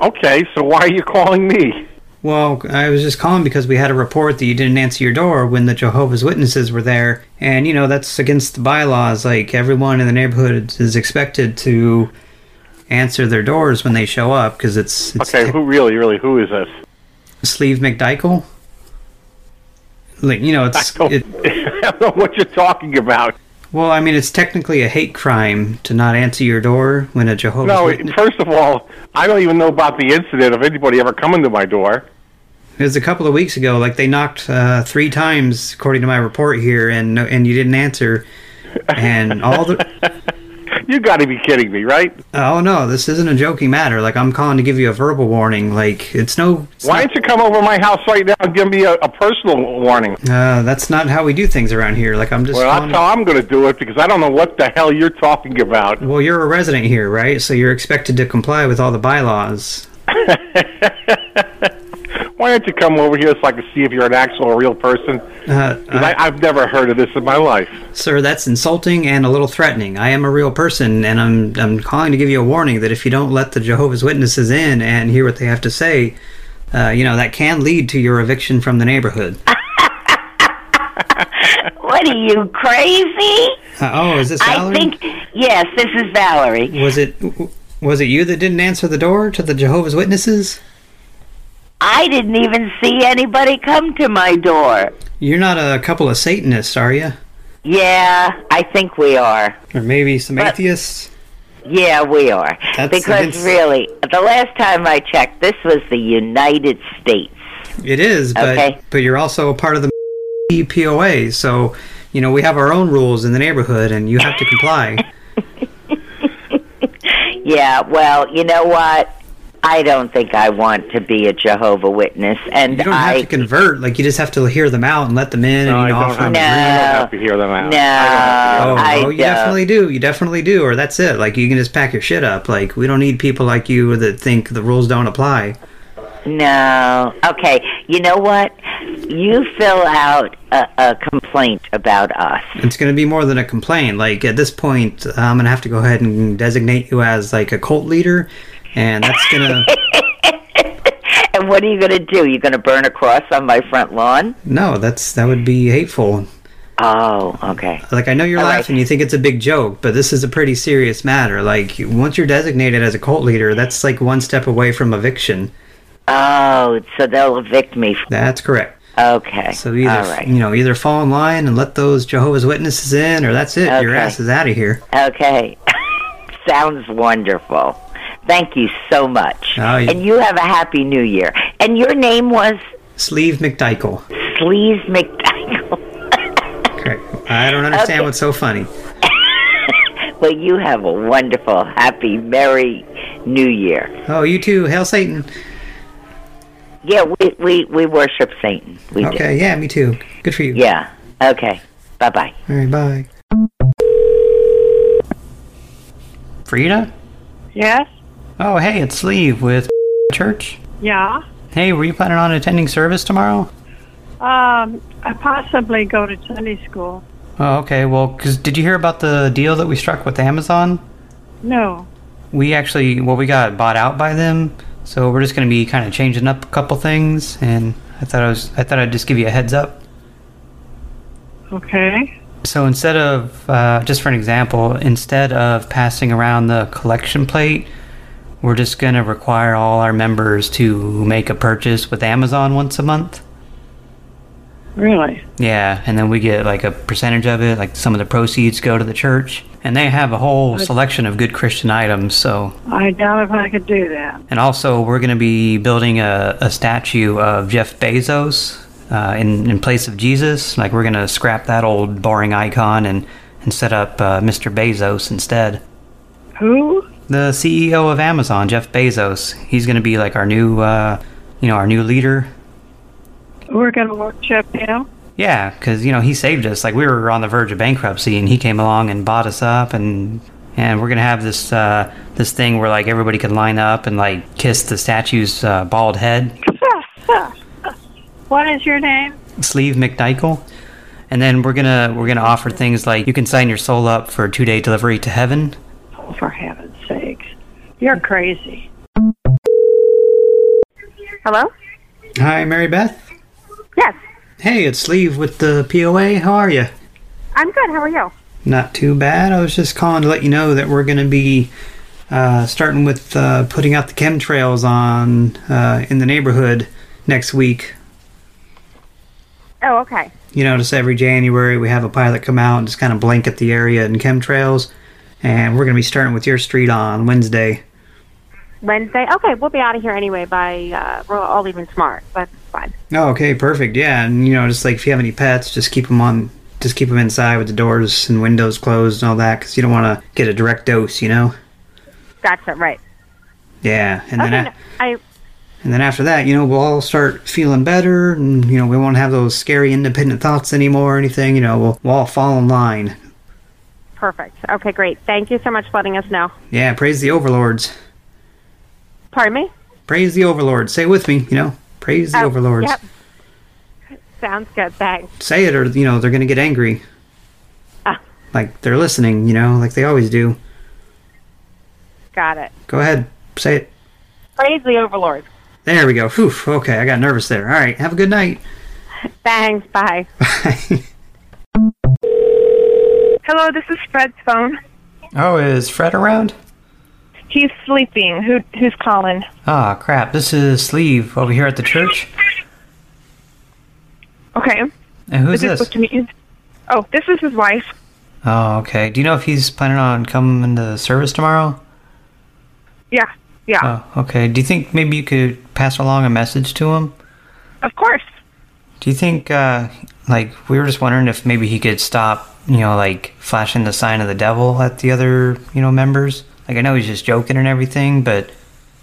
Okay, so why are you calling me? Well, I was just calling because we had a report that you didn't answer your door when the Jehovah's Witnesses were there, and you know that's against the bylaws. Like everyone in the neighborhood is expected to answer their doors when they show up because it's, it's Okay, who really, really, who is this? Sleeve McDykel. Like you know, it's it, I don't know what you're talking about. well, I mean, it's technically a hate crime to not answer your door when a Jehovah's no, Witness. first of all, I don't even know about the incident of anybody ever coming to my door. It was a couple of weeks ago. Like they knocked uh, three times, according to my report here, and no- and you didn't answer. And all the You got to be kidding me, right? oh no, this isn't a joking matter. Like I'm calling to give you a verbal warning. Like it's no, Why don't you come over to my house right now and give me a, a personal warning? uh, that's not how we do things around here. Like I'm just Well, calling- that's how I'm going to do it because I don't know what the hell you're talking about. well, you're a resident here, right? So you're expected to comply with all the bylaws. Why don't you come over here so I can see if you're an actual real person? Uh, 'Cause I, I've never heard of this in my life. Sir, that's insulting and a little threatening. I am a real person, and I'm I'm calling to give you a warning that if you don't let the Jehovah's Witnesses in and hear what they have to say, uh, you know that can lead to your eviction from the neighborhood. What are you crazy? Uh, oh, is this I Valerie? think yes, this is Valerie. was it was it you that didn't answer the door to the Jehovah's Witnesses? I didn't even see anybody come to my door. You're not a couple of Satanists, are you? Yeah, I think we are. Or maybe some atheists? Yeah, we are. That's because against- really, the last time I checked, this was the United States. It is, but Okay. but you're also a part of the POA, so you know we have our own rules in the neighborhood, and you have to comply. Yeah, well, you know what? I don't think I want to be a Jehovah Witness, and you don't I have to convert. Like you just have to hear them out and let them in, No, and I you know, don't offer them have to. No. a drink. I don't have to hear them out. No, Oh, I oh, you definitely do. You definitely do, or that's it. Like you can just pack your shit up. Like we don't need people like you that think the rules don't apply. No. Okay. You know what? You fill out a, a complaint about us. It's going to be more than a complaint. Like at this point, I'm going to have to go ahead and designate you as like a cult leader, and that's going to And what are you going to do? You're going to burn a cross on my front lawn? no. That's that would be hateful. Oh, okay. Like I know you're laughing, you think it's a big joke, but this is a pretty serious matter. Like once you're designated as a cult leader, that's like one step away from eviction. Oh, so they'll evict me. That's correct. Okay. So either All right. you know either fall in line and let those Jehovah's Witnesses in, or that's it. Your Okay. ass is out of here. Okay. Sounds wonderful. Thank you so much. Oh, you- And you have a happy new year. And your name was Sleeve McDykel. Sleaze McDyke. I don't understand Okay. what's so funny. Well, you have a wonderful, happy, merry new year. Oh, you too. Hail Satan. Yeah, we, we, we worship Satan. We Okay, do. yeah, me too. Good for you. Yeah. Okay. Bye bye. All right, bye. Frida? Yes? Oh, hey, it's Sleeve with Church. Yeah. Hey, were you planning on attending service tomorrow? Um, I possibly go to Sunday school. Oh, okay. Well, 'cause did you hear about the deal that we struck with Amazon? No. We actually, well, we got bought out by them, so we're just going to be kind of changing up a couple things. And I thought I was, I thought I'd just give you a heads up. Okay. So instead of, uh, just for an example, instead of passing around the collection plate, we're just going to require all our members to make a purchase with Amazon once a month. Really? Yeah, and then we get like a percentage of it, like some of the proceeds go to the church. And they have a whole Okay. selection of good Christian items, so. I doubt if I could do that. And also, we're going to be building a, a statue of Jeff Bezos uh, in, in place of Jesus. Like, we're going to scrap that old boring icon and, and set up uh, Mr. Bezos instead. Who? The CEO of Amazon, Jeff Bezos. He's going to be like our new, uh, you know, our new leader. We're going to worship him? Yeah, because you know he saved us. Like we were on the verge of bankruptcy, and he came along and bought us up, and and we're gonna have this uh, this thing where like everybody can line up and like kiss the statue's uh, bald head, What is your name? sleeve McNichol, and then we're gonna we're gonna offer things like you can sign your soul up for two day delivery to heaven. Oh, for heaven's sakes. You're crazy. Hello? Hi, Mary Beth. Yes. Hey, it's Sleeve with the POA. How are you? I'm good. How are you? Not too bad. I was just calling to let you know that we're going to be uh, starting with uh, putting out the chemtrails on uh, in the neighborhood next week. Oh, okay. You notice every January we have a pilot come out and just kind of blanket the area in chemtrails, and we're going to be starting with your street on Wednesday. Wednesday. Okay, we'll be out of here anyway by, uh, we're all even smart, but it's fine. Oh, okay, perfect. Yeah, and you know, just like if you have any pets, just keep them on, just keep them inside with the doors and windows closed and all that, because you don't want to get a direct dose, you know. Gotcha, right. Yeah, and then. okay, a- Oh, no, I, And then after that, you know, we'll all start feeling better and, you know, we won't have those scary independent thoughts anymore or anything. You know, we'll, we'll all fall in line. perfect. Okay, great. Thank you so much for letting us know. Yeah, praise the overlords. Pardon me? Praise the overlords. Say it with me, you know, praise the Oh, overlords. Yep. Sounds good. Thanks. Say it or, you know, they're going to get angry. Ah. Like they're listening, you know, like they always do. Got it. Go ahead, say it. Praise the overlord. There we go. Phew, okay, I got nervous there. All right, have a good night. Thanks. Bye. Hello, this is Fred's phone. Oh, is Fred around? He's sleeping. Who who's calling? Ah, crap. This is Sleeve over here at the church. Okay. And who's is he this? supposed to meet you? Oh, this is his wife. Oh, okay. Do you know if he's planning on coming into service tomorrow? Yeah. Yeah. Oh, okay. Do you think maybe you could pass along a message to him? Oh. Of course. Do you think, uh, like, we were just wondering if maybe he could stop, you know, like, flashing the sign of the devil at the other, you know, members? Like, I know he's just joking and everything, but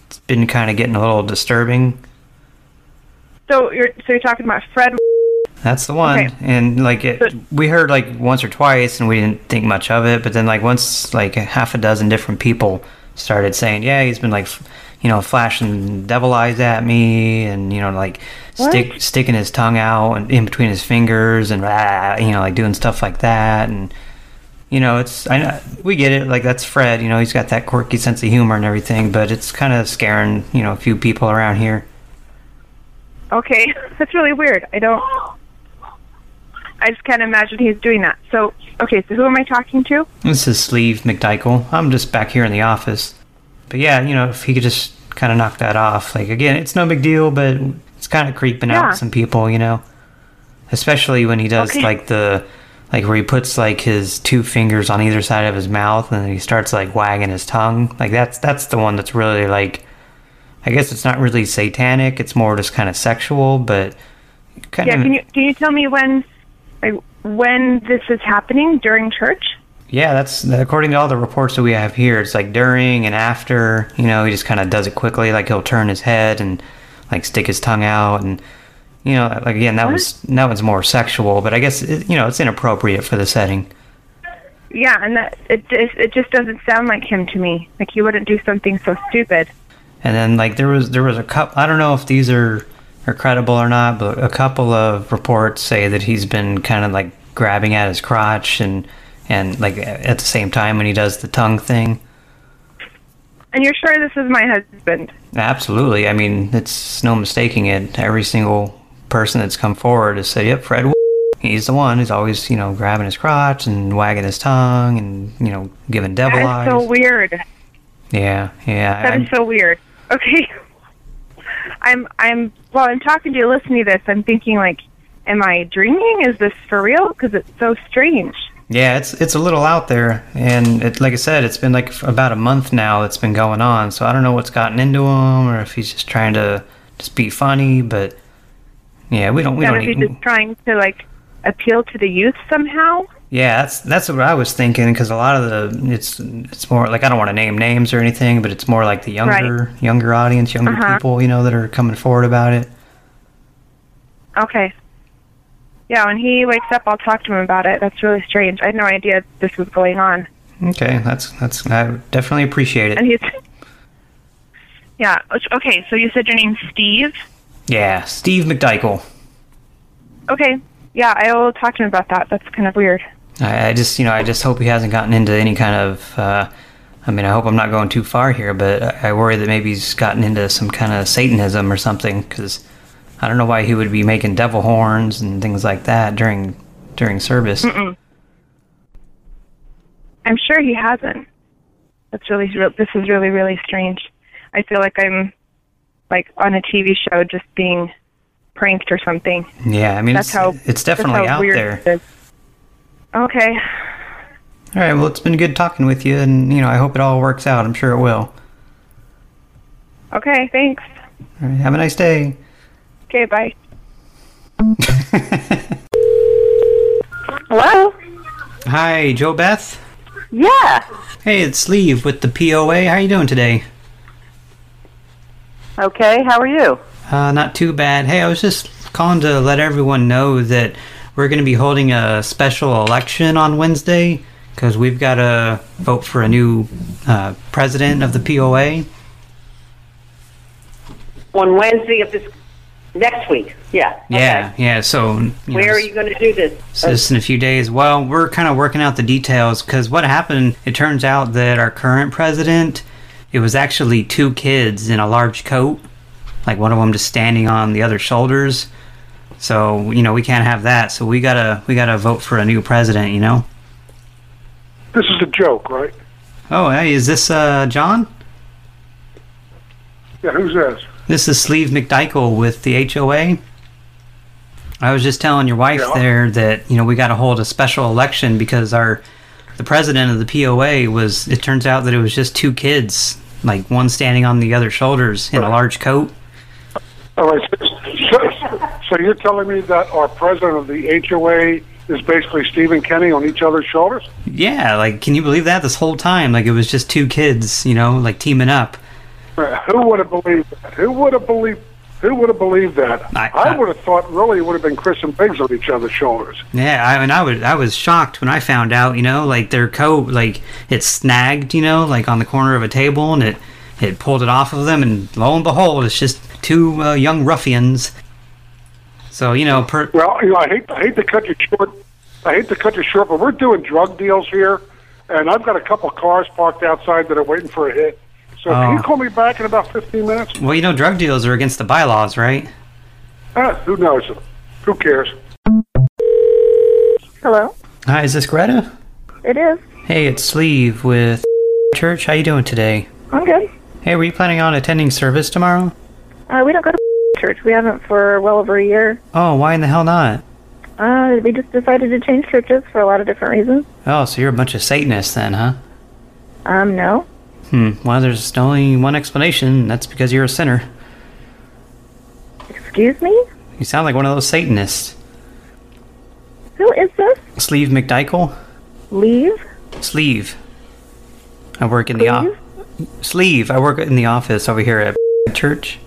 it's been kind of getting a little disturbing. So you're so you're talking about Fred That's the one. Okay. And, like, it, we heard, like, once or twice, and we didn't think much of it, but then, like, once, like, half a dozen different people started saying, yeah, he's been, like, f- you know, flashing devil eyes at me, and, you know, like, What? stick sticking his tongue out and in between his fingers and rah, you know like doing stuff like that and you know it's I know, we get it like that's Fred you know he's got that quirky sense of humor and everything but it's kind of scaring you know a few people around here Okay. That's really weird. I don't I just can't imagine he's doing that. So okay, so who am I talking to? this is Sleeve McDykel I'm just back here in the office but yeah you know if he could just kind of knock that off like again it's no big deal but it's kind of creeping Yeah. out some people you know especially when he does Okay. like the like where he puts like his two fingers on either side of his mouth and then he starts like wagging his tongue like that's that's the one that's really like i guess it's not really satanic it's more just kind of sexual but kind yeah, of can you can you tell me when like, when this is happening during church? yeah that's according to all the reports that we have here it's like during and after you know he just kind of does it quickly like he'll turn his head and like stick his tongue out and you know like again that was that one's more sexual but i guess it, you know it's inappropriate for the setting Yeah, and that it just it just doesn't sound like him to me. Like he wouldn't do something so stupid. And then like there was there was a couple. I don't know if these are are credible or not, but a couple of reports say that he's been kind of like grabbing at his crotch and and like at the same time when he does the tongue thing. And you're sure this is my husband? Absolutely. I mean, it's no mistaking it. Every single person that's come forward has said, "Yep, Fred." He's the one who's always, you know, grabbing his crotch and wagging his tongue and, you know, giving devil That eyes. is so weird. yeah, yeah. That I'm- is so weird. Okay. I'm I'm while I'm talking to you, listening to this, I'm thinking like, am I dreaming? Is this for real? Because it's so strange. Yeah, it's it's a little out there, and it, like I said, it's been like f- about a month now that's been going on. So I don't know what's gotten into him, or if he's just trying to just be funny. But yeah, we don't we That don't if need. he's just trying to like appeal to the youth somehow. Yeah, that's that's what I was thinking because a lot of the it's it's more like I don't want to name names or anything, but it's more like the Right. younger younger audience, younger Uh-huh. people, you know, that are coming forward about it. Okay. Yeah, when he wakes up, I'll talk to him about it. That's really strange. I had no idea this was going on. Okay, that's that's I definitely appreciate And it. he's. Yeah. Okay. So you said your name's Steve. Yeah, Steve McDykel. Okay. Yeah, I will talk to him about that. That's kind of weird. I, I just, you know, I just hope he hasn't gotten into any kind of. Uh, I mean, I hope I'm not going too far here, but I I worry that maybe he's gotten into some kind of Satanism or something. Because I don't know why he would be making devil horns and things like that during during service. Mm-mm. I'm sure he hasn't. That's really real- this is really really strange. I feel like I'm like on a TV show just being pranked or something. Yeah, I mean, that's it's, how it's that's definitely how out weird there. it is. Okay. All right, well, it's been good talking with you, and you know, I hope it all works out. I'm sure it will. Okay. Thanks. All right, have a nice day. Okay. Bye. Hello. Hi, Joe Beth. Yeah. Hey, it's Sleeve with the POA. How you doing today? Okay. How are you? Uh, not too bad. Hey, I was just calling to let everyone know that we're going to be holding a special election on Wednesday because we've got to vote for a new uh, president of the POA. On Wednesday of this next week. Yeah. Yeah, yeah. So you know, Where are you going to do this? So just in a few days. Well, we're kind of working out the details because what happened, it turns out that our current president, it was actually two kids in a large coat, like one of them just standing on the other's shoulders. So you know we can't have that. So we gotta we gotta vote for a new president. You know. This is a joke, right? Oh, hey, is this uh, John? Yeah, who's this? This is Sleeve McDykel with the HOA. I was just telling your wife Yeah. there that you know we got to hold a special election because our the president of the POA was. It turns out that it was just two kids, like one standing on the other's shoulders in a large coat. All right. So, so, so you're telling me that our president of the HOA is basically Stephen Kenny on each other's shoulders? Yeah, like can you believe that? This whole time, like it was just two kids, you know, like teaming up. Uh, Who would have believed that? Who would have believed? Who would have believed that? I, would have thought really it would have been Chris and Biggs on each other's shoulders. Yeah, I mean, I was I was shocked when I found out. You know, like their coat, like it snagged. You know, like on the corner of a table, and it it pulled it off of them, and lo and behold, it's just two uh, young ruffians. So you know, per- Well, you know, I hate I hate to cut you short. I hate to cut you short, but we're doing drug deals here, and I've got a couple cars parked outside that are waiting for a hit. So can Oh. you call me back in about fifteen minutes? well, you know, drug deals are against the bylaws, right? Eh, who knows? Who cares? Hello. Hi, is this Greta? It is. Hey, it's Sleeve with Church. How you doing today? I'm good. Hey, were you planning on attending service tomorrow? Uh, we don't go to church. We haven't for well over a year. Oh, why in the hell not? Uh, we just decided to change churches for a lot of different reasons. Oh, so you're a bunch of Satanists then, huh? Um, no. Hmm. Well, there's only one explanation. and That's because you're a sinner. Excuse me? You sound like one of those Satanists. Who is this? Sleeve McDykel? Leave? Sleeve. I work in the office. Sleeve. I work in the office over here at church.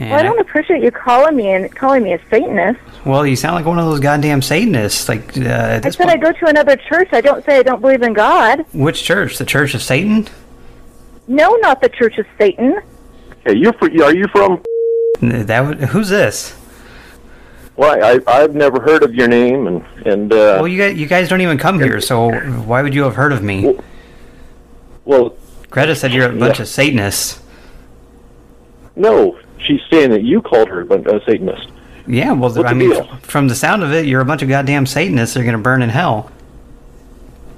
And well, I don't appreciate you calling me and calling me a Satanist. Well, you sound like one of those goddamn Satanists. Like, uh, at I this said I go to another church. I don't say I don't believe in God. which church? The Church of Satan? No, not the Church of Satan. Hey, you're fr- are you from? N- That would, who's this? Why I I've never heard of your name and and uh, Well, you guys, you guys don't even come here, so why would you have heard of me? Well, Greta said you're a bunch of Satanists. no, she's saying that you called her a Satanist. Yeah, well, What's I the mean, deal? f- from the sound of it, you're a bunch of goddamn Satanists. that are going to burn in hell.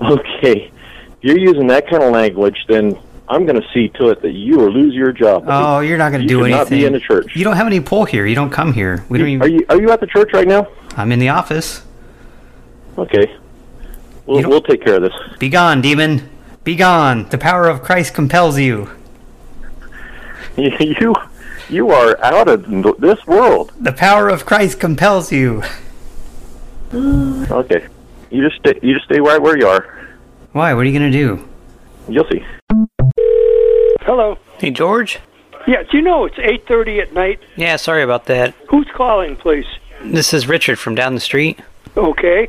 Okay, if you're using that kind of language, then I'm going to see to it that you will lose your job. Oh, you're not going to You do should anything. not be in the church. You don't have any pull here. You don't come here. We don't even. Are you are you at the church right now? I'm in the office. Okay, we'll we'll take care of this. Be gone, demon. Be gone. The power of Christ compels you. You you are out of th- this world. The power of Christ compels you. Okay, you just stay, you just stay right where you are. Why? What are you going to do? You'll see. Hello. Hey, George. Yeah, do you know it's 8:30 at night? Yeah, sorry about that. Who's calling, please? This is Richard from down the street, Okay.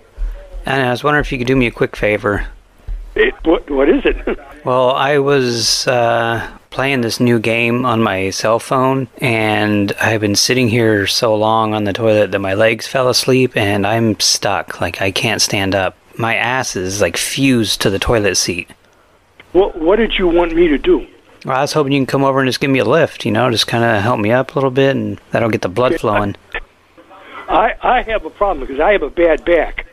and I was wondering if you could do me a quick favor. It, what what is it? Well, I was uh, playing this new game on my cell phone, and I've been sitting here so long on the toilet that my legs fell asleep, and I'm stuck. Like, I can't stand up. My ass is like fused to the toilet seat. What what did you want me to do? Well, I was hoping you can come over and just give me a lift, you know, just kind of help me up a little bit, and that'll get the blood flowing. I I have a problem because I have a bad back.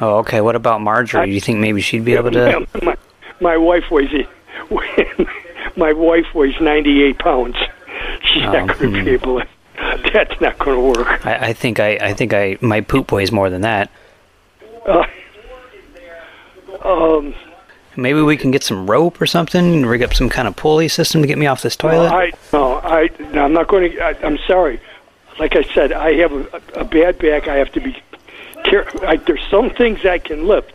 Oh, okay. What about Marjorie? Do you think maybe she'd be able to? My, my wife weighs it. my wife weighs 98 pounds. She's Oh, not going to hmm. be able. To, that's not going to work. I, I think I, I think I, my poop weighs more than that. Uh, um, Maybe we can get some rope or something, rig up some kind of pulley system to get me off this toilet. I no, I no, I'm not going to. I'm sorry. Like I said, I have a, a bad back. I have to be. Care, I, there's some things I can lift,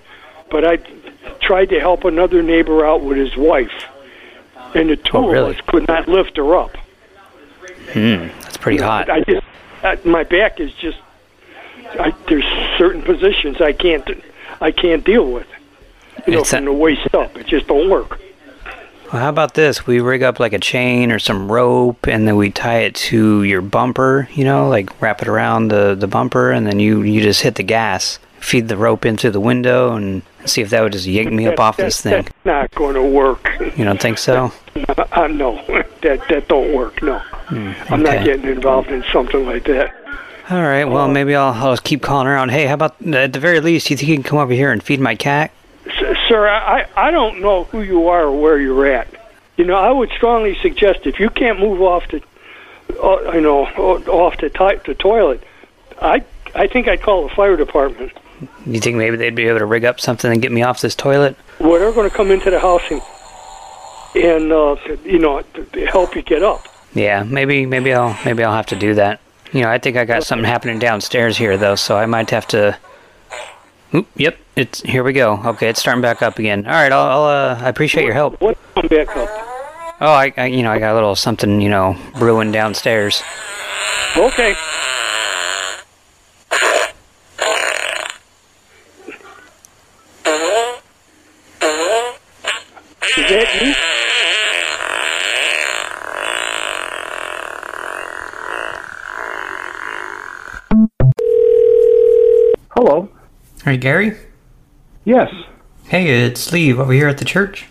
but I tried to help another neighbor out with his wife, and the two Oh, really? of us could not lift her up. Hmm, that's pretty hot. I just I, my back is just. I, there's certain positions I can't I can't deal with. You know, It's a- from the waist up, it just don't work. Well, how about this? We rig up like a chain or some rope, and then we tie it to your bumper. You know, like wrap it around the the bumper, and then you you just hit the gas, feed the rope into the window, and see if that would just yank me up That- off that- this thing. That's not going to work. You don't think so? Uh, uh, no, that that don't work. No, Hmm, I'm not okay. getting involved in something like that. All right. Well, maybe I'll I'll just keep calling around. Hey, how about at the very least, you think you can come over here and feed my cat? S- sir, I I I don't know who you are or where you're at. You know, I would strongly suggest if you can't move off the, uh, you know, o- off the ti- the toilet, I I think I'd call the fire department. You think maybe they'd be able to rig up something and get me off this toilet? Well, they're going to come into the house and and uh, you know to- to help you get up. Yeah, maybe maybe I'll maybe I'll have to do that. You know, I think I got something happening downstairs here though, so I might have to. Oop, yep, it's here we go. Okay, it's starting back up again. All right, I'll, I'll uh, I appreciate your help. What? Come back up. Oh, I, I you know I got a little something you know brewing downstairs. Okay. Is that you? Hello. Hey, Gary. Yes. Hey, it's Lee over here at the church.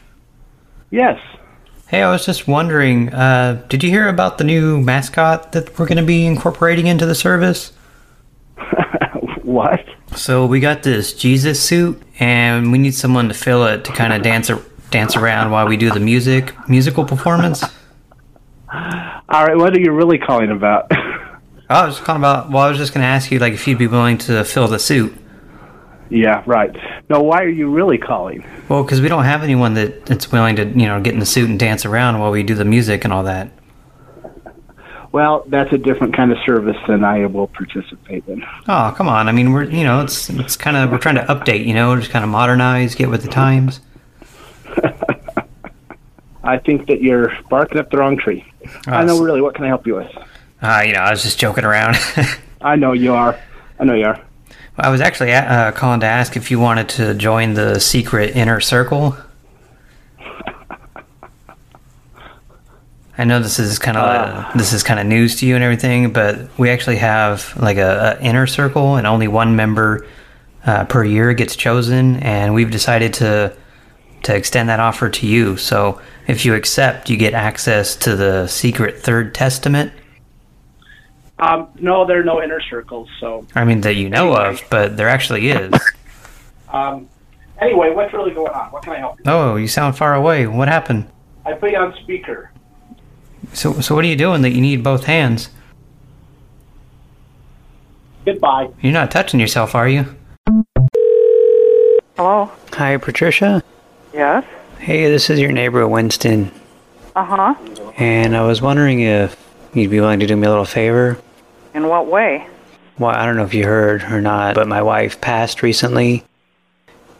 Yes. Hey, I was just wondering, uh, did you hear about the new mascot that we're going to be incorporating into the service? what? So we got this Jesus suit, and we need someone to fill it to kind of dance a- dance around while we do the music musical performance. Oh, All right. What are you really calling about? I was just calling about. Well, I was just going to ask you, like, if you'd be willing to fill the suit. yeah. Right. No. Why are you really calling? Well, because we don't have anyone that that's willing to, you know, get in the suit and dance around while we do the music and all that. Well, that's a different kind of service than I will participate in. Oh, come on! I mean, we're you know, it's it's kind of we're trying to update, you know, just kind of modernize, get with the times. I think that you're barking up the wrong tree. I know really. What can I help you with? Uh, you know, I was just joking around. I know you are. I know you are. I was actually uh, calling to ask if you wanted to join the secret inner circle. I know this is kind of this is kind of news to you and everything, but we actually have like a, a inner circle, and only one member uh, per year gets chosen, and we've decided to to extend that offer to you. So if you accept, you get access to the secret third testament. Um, no, there are no inner circles. So, I mean that you know of, but there actually is. um, anyway, what's really going on? What can I help you? Oh, you sound far away. What happened? I put you on speaker. So, so what are you doing that you need both hands? Goodbye. You're not touching yourself, are you? Hello. Hi, Patricia. Yes. Hey, this is your neighbor Winston, Uh huh. and I was wondering if you'd be willing to do me a little favor. In what way? Well, I don't know if you heard or not, but my wife passed recently.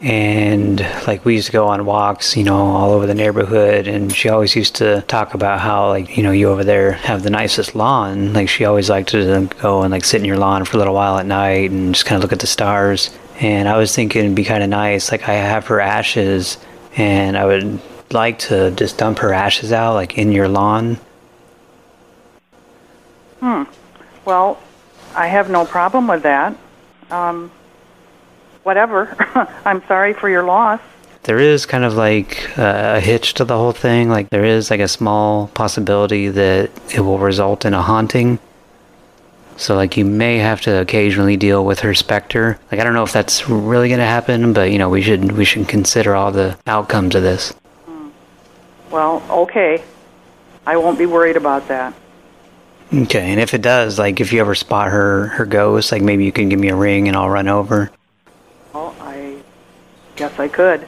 And like we used to go on walks, you know, all over the neighborhood, and she always used to talk about how, like, you know, you over there have the nicest lawn. Like, she always liked to go and like sit in your lawn for a little while at night and just kind of look at the stars. And I was thinking it'd be kind of nice, like, I have her ashes, and I would like to just dump her ashes out, like, in your lawn. Hmm. Well, I have no problem with that. Um, whatever. I'm sorry for your loss. there is kind of like uh, a hitch to the whole thing. Like there is like a small possibility that it will result in a haunting. So like you may have to occasionally deal with her specter. Like I don't know if that's really going to happen, but you know we should we should consider all the outcomes of this. Well, okay. I won't be worried about that. Okay, and if it does, like if you ever spot her her ghost, like maybe you can give me a ring and I'll run over. Well, I guess I could.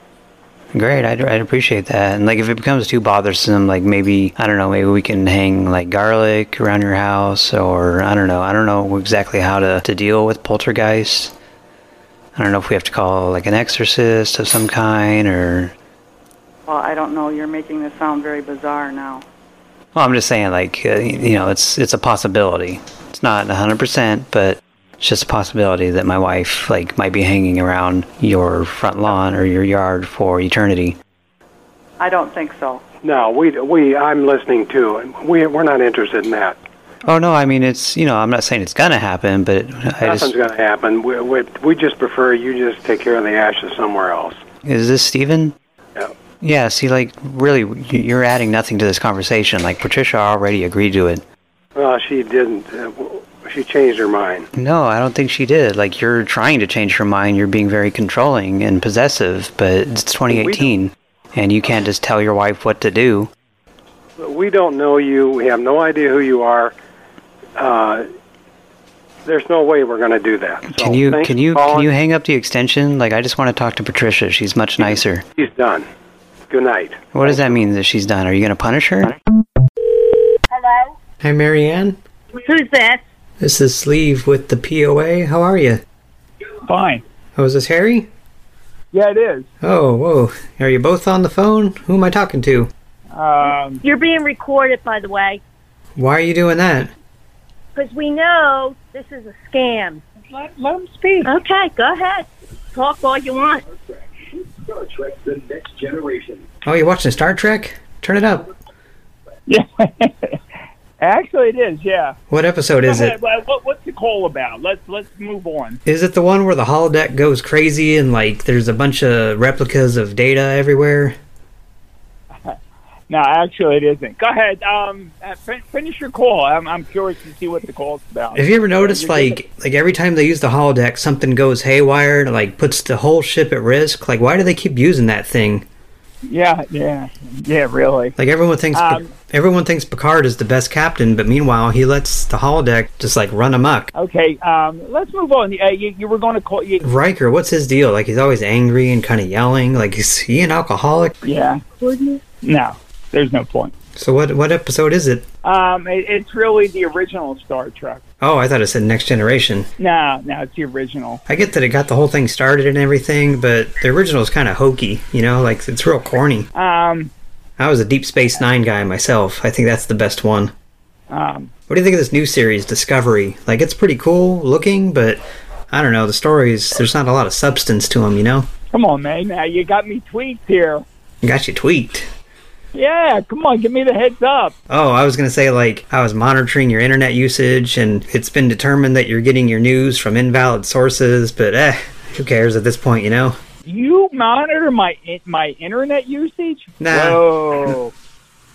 Great, I'd, I'd appreciate that. And like, if it becomes too bothersome, like maybe I don't know, maybe we can hang like garlic around your house, or I don't know, I don't know exactly how to to deal with poltergeist. I don't know if we have to call like an exorcist of some kind, or Well, I don't know. You're making this sound very bizarre now. well, I'm just saying like uh, you know, it's it's a possibility. It's not 100, percent but it's just a possibility that my wife like might be hanging around your front lawn or your yard for eternity. I don't think so. No, we we I'm listening too, and we we're not interested in that. Oh no, I mean it's you know, I'm not saying it's gonna happen, but I just Nothing's going to happen. We, we we just prefer you just take care of the ashes somewhere else. Is this Steven? Yeah. Yeah, see, like, really, y- you're adding nothing to this conversation. Like, Patricia already agreed to it. Well, she didn't. Uh, w- she changed her mind. No, I don't think she did. Like, you're trying to change her mind. You're being very controlling and possessive, but it's 2018, and you can't just tell your wife what to do. We don't know you. We have no idea who you are. Uh, there's no way we're going to do that. So Can you thanks can for you calling. can you hang up the extension? Like, I just want to talk to Patricia. She's much nicer. She's done. Good night. What does that mean that she's done? Are you gonna punish her? Hello? Hi, Marianne. Who's this? This is Sleeve with the POA. How are you? Fine. Oh, is this Harry? Yeah, it is. Oh, whoa. Are you both on the phone? Who am I talking to? Um, You're being recorded, by the way, Why are you doing that? because we know this is a scam. Let, let them speak. Okay, go ahead. Talk all you want. Star Trek The Next Generation. Oh, you're watching Star Trek? Turn it up. actually, it is. Yeah. What episode is Okay, it? well, What, what's the call about? Let's let's move on. Is it the one where the holodeck goes crazy and, like, there's a bunch of replicas of data everywhere? No, actually, it isn't. Go ahead. Um, uh, fin- finish your call. I'm I'm curious to see what the call's about. Have you ever noticed, You're giving- like, like every time they use the holodeck, something goes haywire and, like, puts the whole ship at risk? Like, why do they keep using that thing? Yeah, yeah, yeah. Really. Like, everyone thinks Um, everyone thinks Picard is the best captain, but meanwhile, he lets the holodeck just, like, run amok. Okay. Um, let's move on. Uh, you, you were going to call. You, Riker, what's his deal? Like he's always angry and kind of yelling. Like is he an alcoholic? yeah. No, there's no point. So what what episode is it? Um, it, it's really the original Star Trek. Oh, I thought it said Next Generation. No, no, it's the original. I get that it got the whole thing started and everything, but the original is kind of hokey. You know, like it's real corny. Um, I was a Deep Space Nine guy myself. I think that's the best one. Um, What do you think of this new series, Discovery? Like, it's pretty cool looking, but I don't know. The stories, there's not a lot of substance to them, you know? come on, man. Now you got me tweaked here. Got you tweaked. Yeah, come on, give me the heads up. Oh, I was going to say, like, I was monitoring your internet usage, and it's been determined that you're getting your news from invalid sources, but eh, who cares at this point, you know? You monitor my in- my internet usage? Nah. Whoa.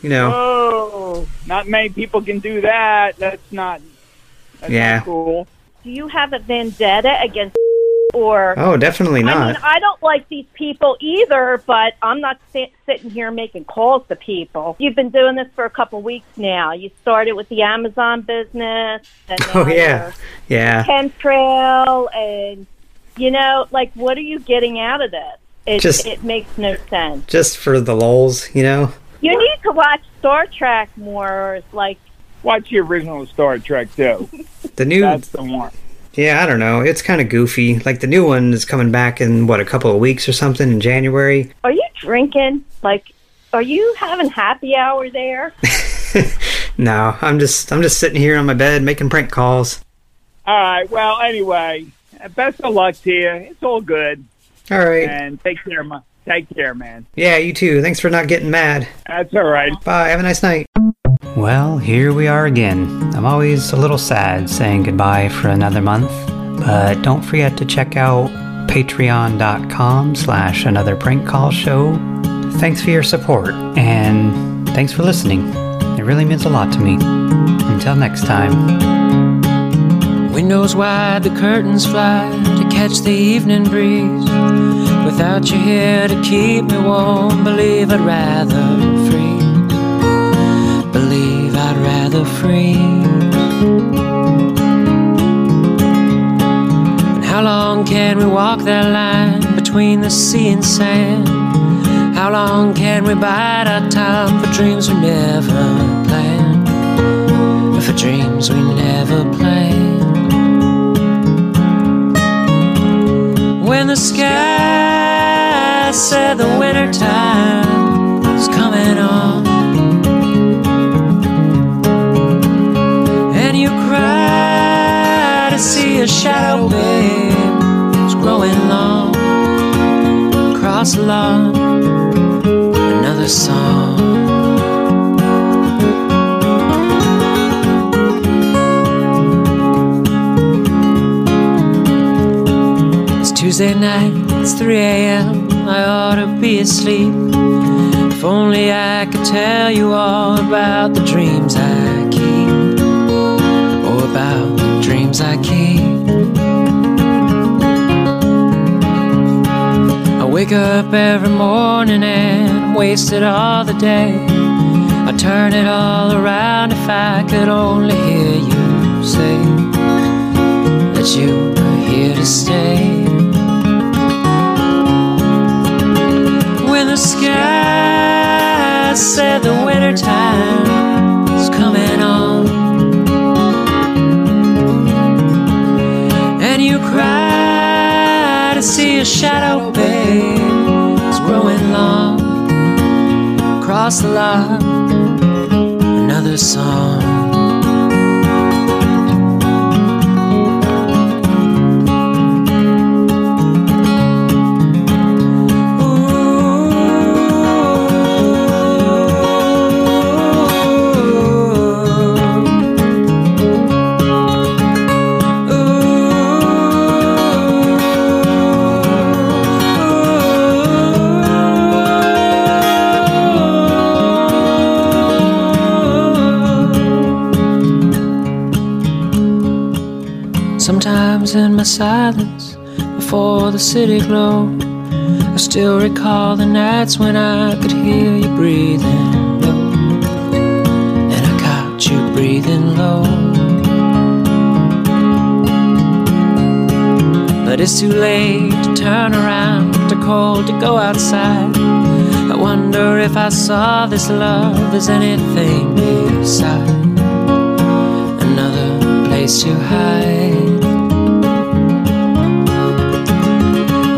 You know, Whoa. Not many people can do that. That's not. That's Yeah. Not cool. Do you have a vendetta against or? Oh, definitely I mean, not. I don't like these people either, but I'm not sit- sitting here making calls to people. You've been doing this for a couple weeks now. You started with the Amazon business, and Oh, yeah. Yeah. chemtrail, and you know, like, what are you getting out of this? It, Just- it makes no sense. Just for the lulz, you know? You need to watch Star Trek more. Like, Watch the original Star Trek too. The new. That's the one. Yeah, I don't know. It's kind of goofy. Like the new one is coming back in what a couple of weeks or something in January. are you drinking? Like, are you having happy hour there? No, I'm just I'm just sitting here on my bed making prank calls. All right. Well, anyway, best of luck to you. It's all good. All right. And take care, my take care, man. Yeah, you too. Thanks for not getting mad. That's all right. Bye. Have a nice night. Well, here we are again. I'm always a little sad saying goodbye for another month, but don't forget to check out patreon.com slash another prank call show. Thanks for your support, and thanks for listening. It really means a lot to me. Until next time. Windows wide, the curtains fly to catch the evening breeze. Without you here to keep me warm, believe I'd rather freeze. Believe I'd rather freeze. And how long can we walk that line between the sea and sand? How long can we bide our time for dreams we never planned? For dreams we never planned. When the sky said the winter time is coming on, and you cry to see a shadow, babe, it's growing long across the lawn. Another song. It's Tuesday night, it's 3 a.m. I ought to be asleep. If only I could tell you all about the dreams I keep. Or Oh, about the dreams I keep. I wake up every morning and wasted all the day. I turn it all around if I could only hear you say that you were here to stay. When the sky said the winter time is coming on, and you cry to see a shadow, babe, is growing long across the lot. Another song. Sometimes in my silence, before the city glow, I still recall the nights when I could hear you breathing low, and I caught you breathing low. But it's too late to turn around, too cold to go outside. I wonder if I saw this love as anything beside another place to hide.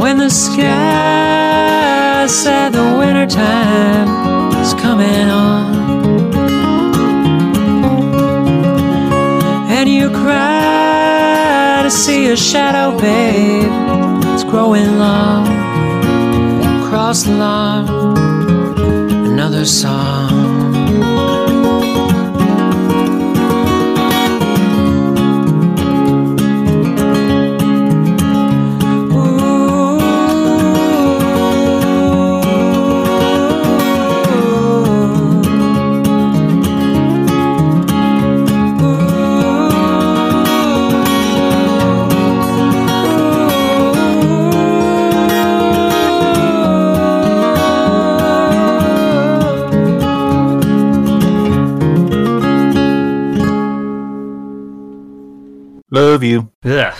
When the sky said the winter time is coming on, see a shadow, babe. It's growing long. Across the lawn, another song. Love you. Ugh.